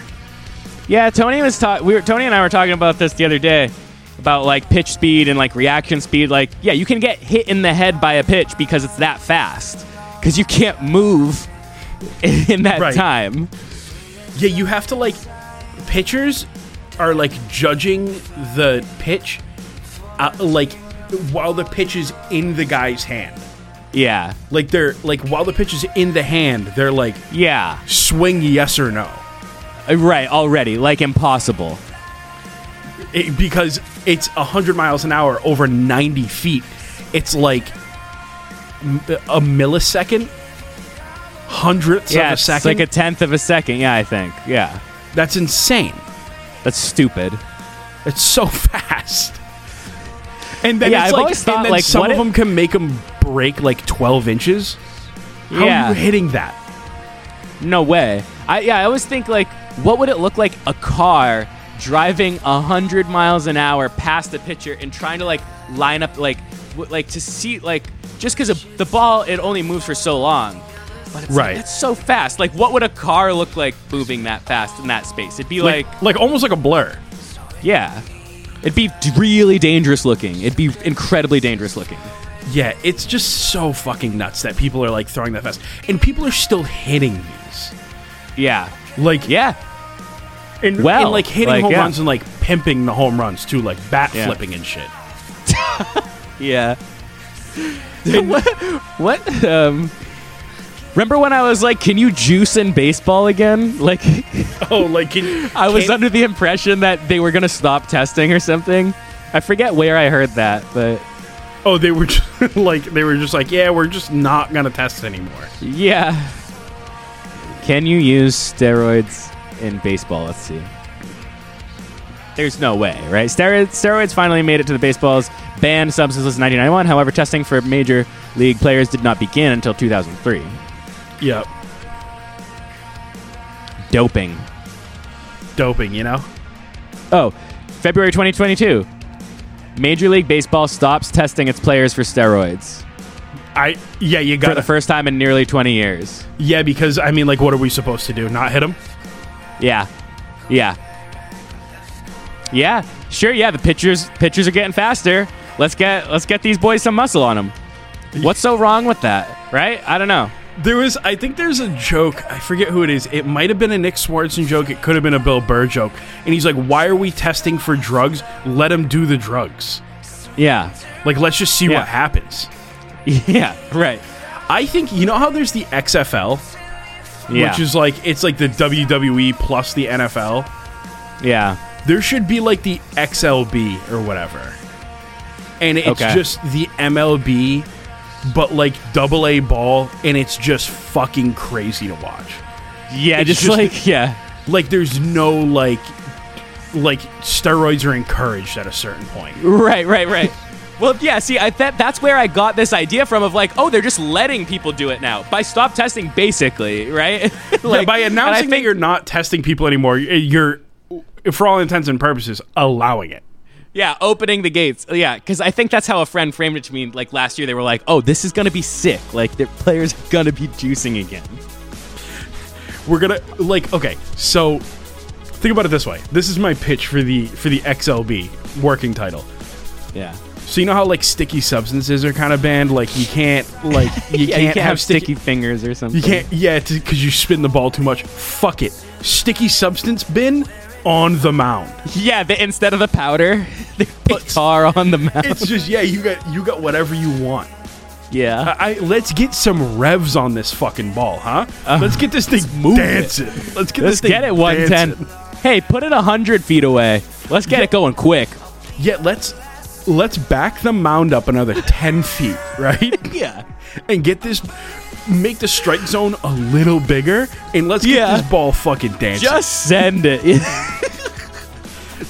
S2: yeah, Tony was ta- we were Tony and I were talking about this the other day about like pitch speed and like reaction speed. Like, yeah, you can get hit in the head by a pitch because it's that fast because you can't move in that
S1: Right.
S2: time.
S1: Yeah, you have to like pitchers are like judging the pitch uh, like while the pitch is in the guy's hand.
S2: Yeah,
S1: Like they're like while the pitch is in the hand, they're like
S2: yeah.
S1: swing yes or no.
S2: Uh, Right already, like impossible.
S1: It- because it's 100 miles an hour over 90 feet. It's like m- a millisecond hundredths
S2: yeah,
S1: of a
S2: it's
S1: second.
S2: like a tenth of a second. Yeah, I think. Yeah,
S1: That's insane.
S2: that's stupid.
S1: It's so fast. And then
S2: Yeah,
S1: it's
S2: I've
S1: like,
S2: always thought,
S1: and then
S2: like,
S1: some
S2: what
S1: of
S2: if-
S1: them can make them break like 12 inches. How
S2: yeah.
S1: are you hitting that?
S2: No way. I yeah, I always think like, what would it look like a car driving hundred miles an hour past the pitcher and trying to like line up like w- like to see like just because the ball it only moves for so long. But it's,
S1: Right.
S2: it's so fast. Like, what would a car look like moving that fast in that space? It'd be like,
S1: like, almost like a blur.
S2: yeah, it'd be d- really dangerous looking. It'd be incredibly dangerous looking.
S1: Yeah, it's just so fucking nuts that people are like throwing that fast, and people are still hitting these.
S2: Yeah,
S1: Like
S2: yeah,
S1: and,
S2: well,
S1: and, like hitting
S2: like,
S1: home
S2: yeah.
S1: runs and like pimping the home runs too, like bat
S2: Yeah.
S1: flipping and shit.
S2: Yeah. what? What? Um, remember when I was like, "Can you juice in baseball again?" Like,
S1: Oh, like can,
S2: I was
S1: can-
S2: under the impression that they were gonna stop testing or something. I forget where I heard that, but
S1: oh they were just, like they were just like yeah we're just not gonna test anymore.
S2: yeah. Can you use steroids in baseball? Let's see. There's no way, right? Steroids, steroids finally made it to the baseball's banned substances in 1991. However, testing for major league players did not begin until 2003.
S1: Yep.
S2: doping.
S1: Doping, you know?
S2: Oh, February 2022. Major League Baseball stops testing its players for steroids
S1: I yeah, you
S2: for
S1: got
S2: the
S1: to
S2: first time in nearly 20 years.
S1: yeah, because I mean, like, what are we supposed to do? Not hit him?
S2: Yeah. Yeah. Yeah. Sure, yeah, the pitchers pitchers are getting faster. Let's get let's get these boys some muscle on them. What's so wrong with that? Right? I don't know.
S1: There was, I think, there's a joke. I forget who it is. It might have been a Nick Swartzen joke. It could have been a Bill Burr joke. And he's like, "Why are we testing for drugs? Let him do the drugs.
S2: Yeah.
S1: Like, let's just see
S2: Yeah.
S1: what happens."
S2: Yeah, right.
S1: I think you know how there's the XFL,
S2: Yeah.
S1: which is like it's like the WWE plus the NFL.
S2: yeah.
S1: There should be like the XLB or whatever. And it's
S2: Okay.
S1: just the MLB, but like double A ball, and it's just fucking crazy to watch.
S2: Yeah,
S1: It's
S2: just,
S1: just-
S2: like yeah.
S1: Like there's no like like steroids are encouraged at a certain point.
S2: Right, right, right. well, yeah, see, I that that's where I got this idea from of like, oh, they're just letting people do it now by stop testing basically, right?
S1: Like,
S2: like
S1: by
S2: and I
S1: announcing that
S2: think-
S1: you're not testing people anymore, you're for all intents and purposes allowing it.
S2: Yeah, opening the gates. Yeah, because I think that's how a friend framed it to me. Like last year, they were like, "Oh, this is gonna be sick. Like the players are gonna be juicing again."
S1: we're gonna like okay so think about it this way this is my pitch for the for the xlb working title
S2: Yeah,
S1: so you know how like sticky substances are kind of banned like you can't like you, can't,
S2: yeah, you can't
S1: have, sticky,
S2: fingers or something.
S1: you can't yeah because you spin the ball too much fuck it sticky substance bin on the mound
S2: Yeah, the, instead of the powder, they put
S1: But-
S2: tar on the mouth.
S1: it's just yeah you got you got whatever you want
S2: yeah,
S1: I let's get some revs on this fucking ball, huh? let's get this thing
S2: move Uh, it.
S1: dancing. Let's get this
S2: let's
S1: thing
S2: get it 110.
S1: dancing.
S2: Hey, put it hundred feet away. Let's get it going quick.
S1: Yeah, let's let's back the mound up another ten feet, right?
S2: Yeah,
S1: and get this, make the strike zone a little bigger, and let's get
S2: Yeah.
S1: this ball fucking dancing.
S2: just send it.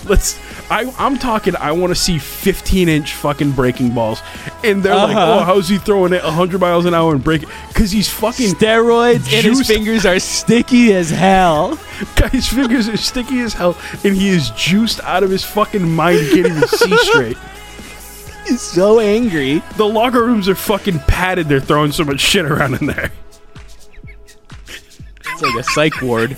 S1: let's. I, I'm talking. I want to see 15 inch fucking breaking balls, and they're like,
S2: Uh-huh.
S1: "Oh, how's he throwing it 100 miles an hour and break?" Because he's fucking
S2: Steroids and his
S1: Juice-
S2: fingers are sticky as hell.
S1: his fingers are sticky as hell, and he is juiced out of his fucking mind, he can't even see straight.
S2: He's so angry.
S1: The locker rooms are fucking padded. They're throwing so much shit around in there.
S2: It's like a psych ward.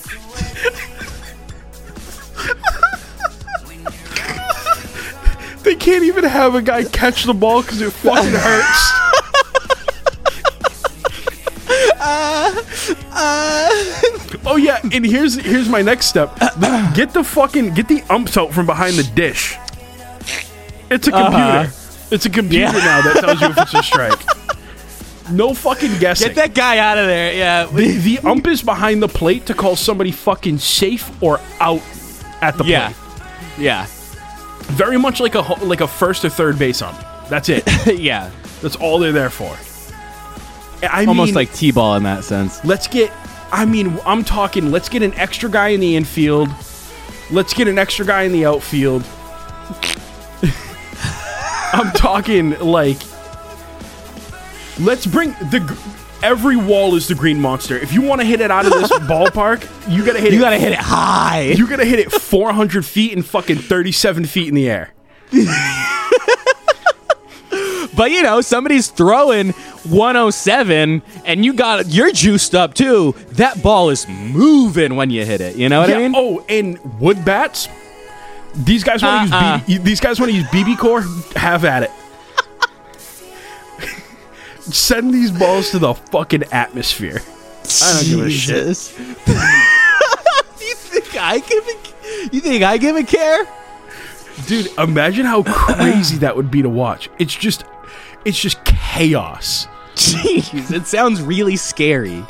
S1: They can't even have a guy catch the ball because it fucking hurts. Oh yeah, and here's here's my next step. Get the fucking get the umps out from behind the dish. It's a computer. It's a computer
S2: Uh-huh.
S1: now
S2: Yeah.
S1: that tells you if it's a strike. No fucking guessing.
S2: Get that guy out of there. Yeah.
S1: the, the
S2: oh,
S1: ump is behind the plate to call somebody fucking safe or out at the
S2: Yeah.
S1: plate.
S2: Yeah.
S1: Very much like a ho- like a first or third base ump. That's it.
S2: yeah.
S1: That's all they're there for. I
S2: Almost
S1: mean,
S2: like T ball in that sense.
S1: let's get. I mean, I'm talking. Let's get an extra guy in the infield. Let's get an extra guy in the outfield. I'm talking like. Let's bring the. gr- Every wall is the green monster. If you want to hit it out of this ballpark, you gotta hit
S2: You
S1: it.
S2: gotta hit it high.
S1: you gotta hit it 400 feet and fucking 37 feet in the air.
S2: But you know, somebody's throwing 107 and you got you're juiced up too. That ball is moving when you hit it. You know what I
S1: Yeah,
S2: mean?
S1: Oh, and wood bats. These guys want to
S2: Uh-uh.
S1: use BB, these guys want to use BB core. Have at it. Send these balls to the fucking atmosphere. I don't give a shit.
S2: Jesus. you think I give a You think I give a care?
S1: Dude, imagine how crazy that would be to watch. It's just it's just chaos.
S2: Jeez, it sounds really scary.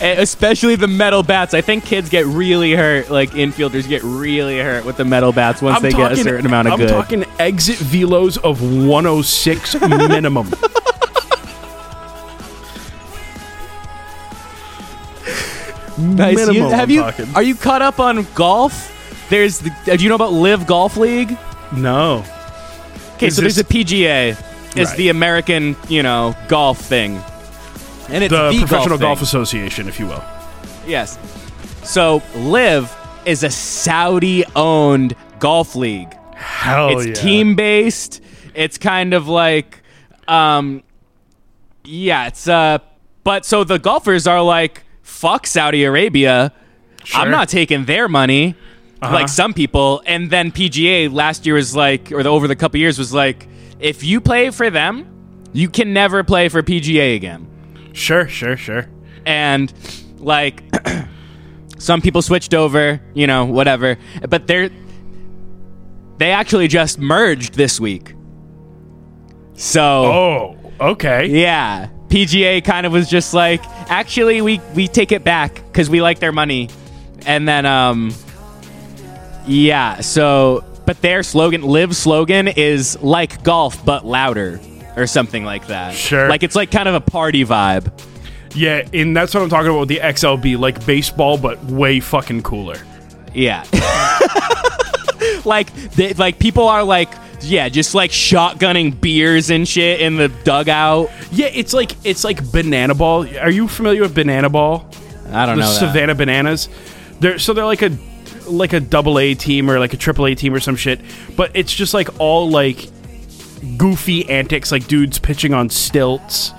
S2: Eh, Especially the metal bats. I think kids get really hurt. Like infielders get really hurt with the metal bats once they get a certain amount of
S1: I'm
S2: good.
S1: talking exit velos of 106 minimum.
S2: Nice. You-
S1: Minimum,
S2: have
S1: I'm
S2: you?
S1: talking.
S2: Are you caught up on golf? There's. The, uh, do you know about Live Golf League?
S1: No.
S2: Okay,
S1: Is
S2: so
S1: this-
S2: there's a PGA. It's
S1: Right.
S2: the American, you know, golf thing. And it's
S1: The Professional
S2: golf
S1: Golf Association, if you will.
S2: Yes. So Live is a Saudi-owned golf league.
S1: Oh,
S3: Hell
S2: it's
S3: yeah.
S2: team based. It's kind of like, um, yeah, it's uh, but so the golfers are like, fuck Saudi Arabia. I'm not taking their money, like some people. And then PGA last year was like, or the, over the couple years was like, if you play for them, you can never play for PGA again
S1: Sure, sure, sure.
S2: and like some people switched over, you know, whatever. But they're they actually just merged this week. So
S3: Oh, okay.
S2: yeah, PGA kind of was just like, actually, we we take it back because we like their money, and then um, yeah. So but their slogan, live slogan, is like golf but louder. Or something like that.
S3: Sure.
S2: Like it's like kind of a party vibe.
S3: Yeah, and that's what I'm talking about with the XLB, like baseball, but way fucking cooler.
S2: Yeah. like they, like people are like yeah, just like shotgunning beers and shit in the dugout.
S1: Yeah, it's like it's like banana ball. Are you familiar with banana ball?
S2: I don't
S1: the
S2: know. that.
S1: Savannah Bananas. They're so they're like a like a double A team or like a triple A team or some shit. But it's just like all like goofy antics, like dudes pitching on stilts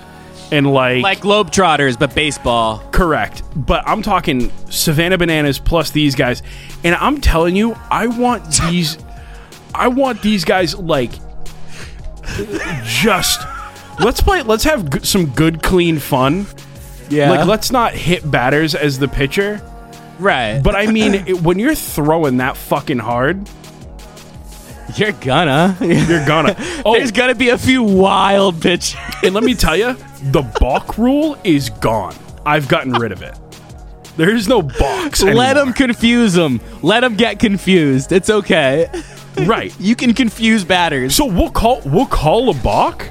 S1: and like,
S2: Like Globetrotters, but baseball.
S1: correct. But I'm talking Savannah Bananas plus these guys, and I'm telling you, I want these. I want these guys like just let's play. Let's have g- some good, clean fun.
S2: Yeah.
S1: Like let's not hit batters as the pitcher.
S2: right. But
S1: But I mean, it, when you're throwing that fucking hard,
S2: you're gonna.
S1: you're gonna. Oh,
S2: There's gonna be a few wild pitches.
S1: and let me tell you, the balk rule is gone. I've gotten rid of it. There is no box.
S2: Let them confuse them. Let them get confused. It's okay.
S1: them right.
S2: You can confuse batters.
S1: So we'll call we'll call a balk,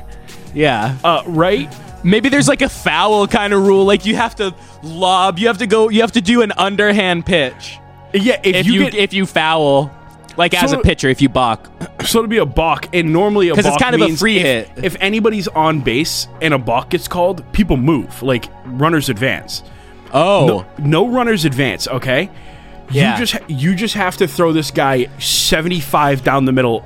S2: Yeah.
S1: uh, right?
S2: Maybe there's like a foul kind of rule. Like you have to lob. You have to go. You have to do an underhand pitch.
S1: Yeah, if,
S2: if
S1: you,
S2: you,
S1: get
S2: if you foul, like as
S1: So-
S2: a pitcher, if you balk,
S1: so to be a balk, and normally a
S2: 'Cause
S1: balk
S2: it's kind of a
S1: means
S2: free
S1: if,
S2: hit.
S1: If anybody's on base and a balk gets called, people move, like runners advance.
S2: oh
S1: No runners advance, okay?
S2: yeah,
S1: You just you just have to throw this guy 75 down the middle.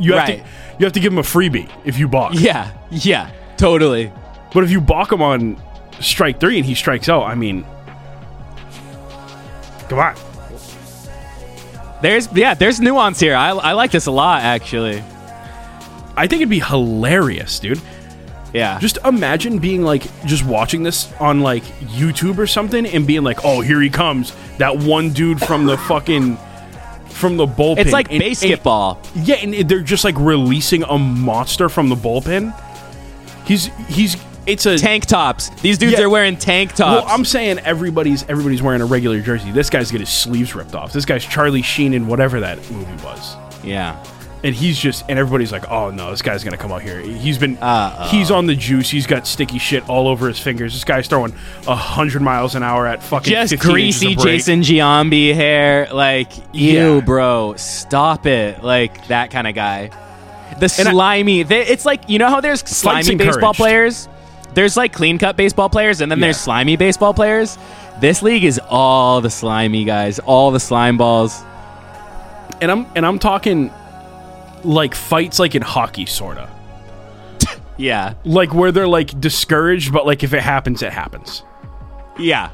S1: You have
S2: Right.
S1: to you have to give him a freebie if you balk.
S2: yeah, yeah, totally.
S1: But if you balk him on strike 3 and he strikes out, I mean Come on.
S2: There's yeah, there's nuance here. I, I like this a lot actually.
S1: I think it'd be hilarious, dude.
S2: Yeah,
S1: Just imagine being like just watching this on like YouTube or something and being like, "Oh, here he comes. That one dude from the fucking from the bullpen."
S2: it's like
S1: And- and-
S2: basketball.
S1: Yeah, and they're just like releasing a monster from the bullpen. He's he's it's a
S2: tank tops. These dudes
S1: Yeah.
S2: are wearing tank
S1: Well,
S2: tops.
S1: I'm saying everybody's everybody's wearing a regular jersey. This guy's got his sleeves ripped off. This guy's Charlie Sheen in whatever that movie was,
S2: yeah,
S1: and he's just and everybody's like, oh no, this guy's gonna come out here. He's been he's on the juice. He's got sticky shit all over his fingers. This guy's throwing hundred miles an hour at fucking
S2: just
S1: 15 inches
S2: greasy
S1: of break.
S2: Jason Giambi hair. Like ew,
S1: Yeah.
S2: bro, stop it. Like that kind of guy. The
S1: And I-
S2: slimy. they, it's like you know how there's slimy baseball
S1: encouraged.
S2: players. There's like clean cut baseball players, and then there's
S1: Yeah.
S2: slimy baseball players. This league is all the slimy guys, all the slime balls.
S1: and I'm and I'm talking like fights like in hockey, sorta.
S2: Yeah,
S1: like where they're like discouraged, but like if it happens, it happens.
S2: yeah.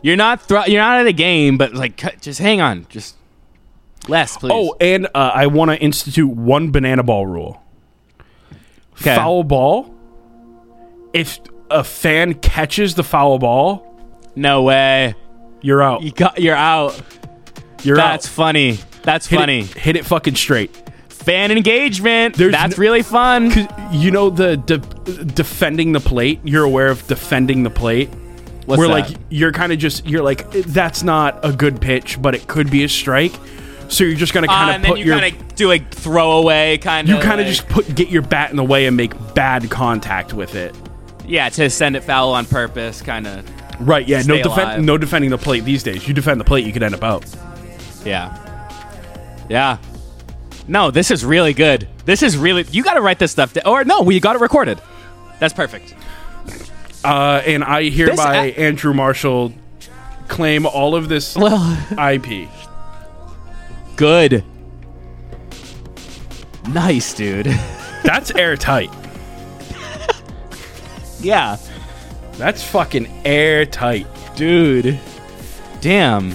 S2: You're not thro- you're not at a game, but like cut- just hang on, just less, please.
S1: Oh, and uh, I want to institute one banana ball rule:
S2: 'Kay.
S1: foul ball. If a fan catches the foul ball,
S2: no way.
S1: you're out.
S2: You got you're out.
S1: You're
S2: That's
S1: out.
S2: funny. That's
S1: Hit it-
S2: funny.
S1: Hit it fucking straight.
S2: Fan engagement.
S1: There's
S2: That's
S1: no-
S2: really fun.
S1: 'Cause You know the de- defending the plate. You're aware of defending the plate.
S2: What's
S1: where
S2: that?
S1: like you're kind of just you're like that's not a good pitch, but it could be a strike. So you're just gonna
S2: Ah,
S1: kind
S2: and
S1: of
S2: then
S1: put
S2: you
S1: your
S2: kind of do a throwaway kind of.
S1: you kind of just put get your bat in the way and make bad contact with it.
S2: yeah to send it foul on purpose, kind of.
S1: Right. Yeah.
S2: Stay
S1: no
S2: alive.
S1: defend. No defending the plate these days. You defend the plate, you could end up out.
S2: Yeah. Yeah. No, this is really good. This is really. You got to write this stuff down. Or no, we got it recorded. That's perfect.
S1: Uh, and I hereby
S2: a-
S1: Andrew Marshall claim all of this
S2: Well,
S1: IP.
S2: good. Nice, dude.
S1: That's airtight.
S2: yeah,
S1: That's fucking airtight.
S2: dude. Damn.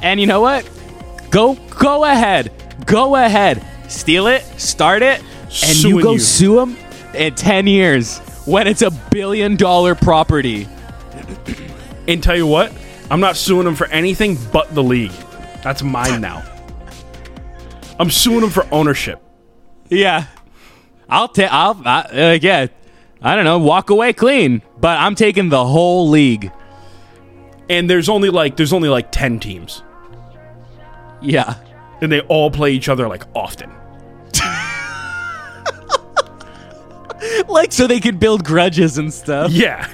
S2: And you know what? Go go ahead. Go ahead. Steal it, start it, and you
S1: Suing
S2: go
S1: you.
S2: sue 'em sue them in 10 years when it's a billion dollar property.
S1: And tell you what, I'm not suing him for anything but the league. That's mine now. I'm suing him for ownership.
S2: Yeah. I'll take. I'll. I, uh, yeah. I don't know. Walk away clean, but I'm taking the whole league.
S1: And there's only like there's only like 10 teams
S2: Yeah.
S1: and they all play each other like often.
S2: Like so they could build grudges and stuff.
S1: Yeah.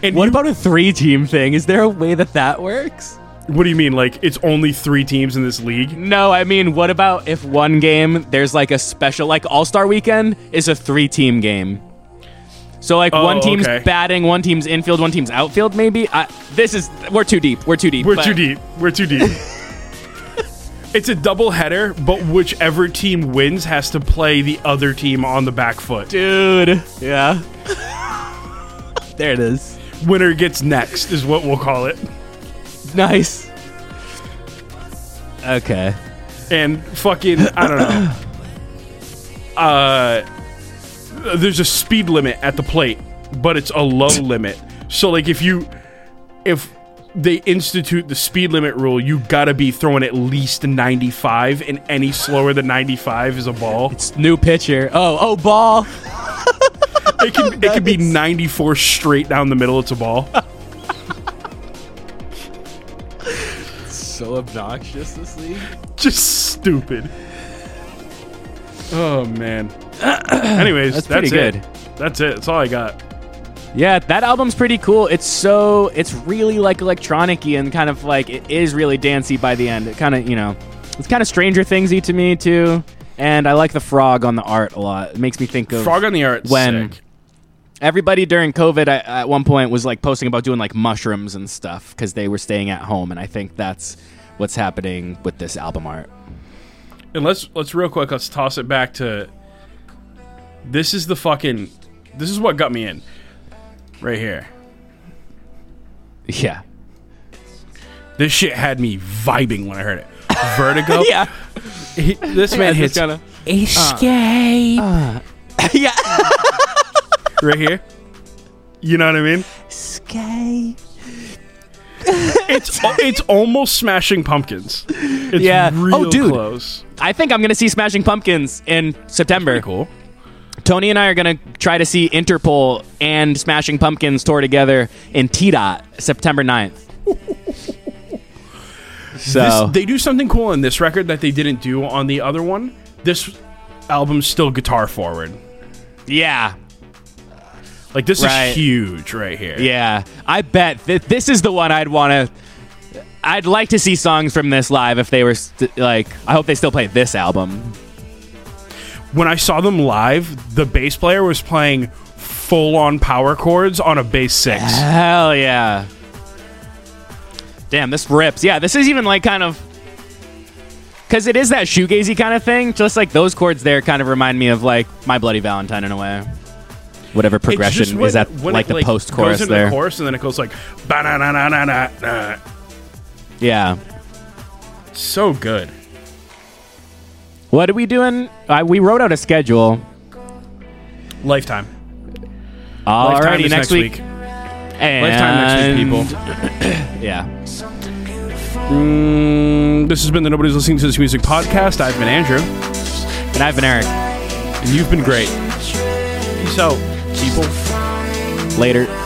S1: And
S2: What
S1: you-
S2: about a three-team thing? Is there a way that that works?
S1: what do you mean like it's only 3 teams in this league?
S2: No, I mean, what about if one game there's like a special, like All Star Weekend is a three-team game. So like
S1: Oh,
S2: one team's
S1: okay.
S2: batting, one team's infield, one team's outfield. Maybe I, this is we're too deep. We're too deep.
S1: We're
S2: but-
S1: too deep. We're too deep. it's a double header, but whichever team wins has to play the other team on the back foot.
S2: dude. Yeah. there it is.
S1: Winner gets next is what we'll call it.
S2: Nice. Okay.
S1: and fucking I don't know. Uh, there's a speed limit at the plate, but it's a low limit. So like if you if they institute the speed limit rule, you gotta be throwing at least 95, and any slower than 95 is a ball.
S2: It's new pitcher. Oh, oh, ball.
S1: It can it can be
S2: Nice.
S1: 94 straight down the middle. It's a ball.
S2: So obnoxious this league.
S1: Just stupid. Oh man. Anyways,
S2: That's
S1: that's,
S2: pretty
S1: it.
S2: good.
S1: That's it. That's all I got.
S2: Yeah, that album's pretty cool. It's so it's really like electronic-y and kind of like it is really dancey by the end. It kind of you know, it's kind of Stranger Thingsy to me too. And I like the frog on the art a lot. It makes me think of
S1: Frog on the Art.
S2: When-
S1: sick.
S2: everybody during COVID I, at one point was like posting about doing like mushrooms and stuff because they were staying at home, and I think that's what's happening with this album art.
S1: And let's let's real quick let's toss it back to this is the fucking this is what got me in right here.
S2: Yeah.
S1: This shit had me vibing when I heard it. Vertigo.
S2: Yeah.
S1: He- this man hits
S2: kinda- Uh.
S1: escape
S2: yeah.
S1: right here. You know what I mean? It's al- it's almost smashing pumpkins. It's
S2: Yeah.
S1: real
S2: Oh, dude.
S1: close.
S2: I think I'm gonna see Smashing Pumpkins in September.
S1: Cool.
S2: Tony and I are gonna try to see Interpol and Smashing Pumpkins tour together in T Dot September 9th. so
S1: This, they do something cool on this record that they didn't do on the other one. This album's still guitar forward.
S2: yeah,
S1: Like this
S2: Right.
S1: is huge right here.
S2: yeah. I bet that this is the one I'd want to. I'd like to see songs from this live if they were st- like. I hope they still play this album.
S1: when I saw them live, the bass player was playing full on power chords on a bass six.
S2: Ah. Hell yeah. Damn, this rips. Yeah, this is even like kind of because it is that shoegazy kind of thing. Just like those chords there kind of remind me of like My Bloody Valentine in a way. Whatever
S1: It's just
S2: progression
S1: when-
S2: is at
S1: when
S2: like
S1: it,
S2: the post
S1: goes
S2: chorus
S1: into
S2: there.
S1: The chorus and then it goes like ba na na na na na.
S2: yeah.
S1: So good.
S2: What are we doing? Uh, we wrote out a schedule.
S1: Lifetime.
S2: Alrighty,
S1: Lifetime is
S2: next, week.
S1: Lifetime
S2: And
S1: next week, people.
S2: Yeah.
S1: Mm, this has been the Nobody's Listening to This Music podcast. I've been Andrew,
S2: And I've been Eric.
S1: and you've been great. Peace out, people.
S2: Later.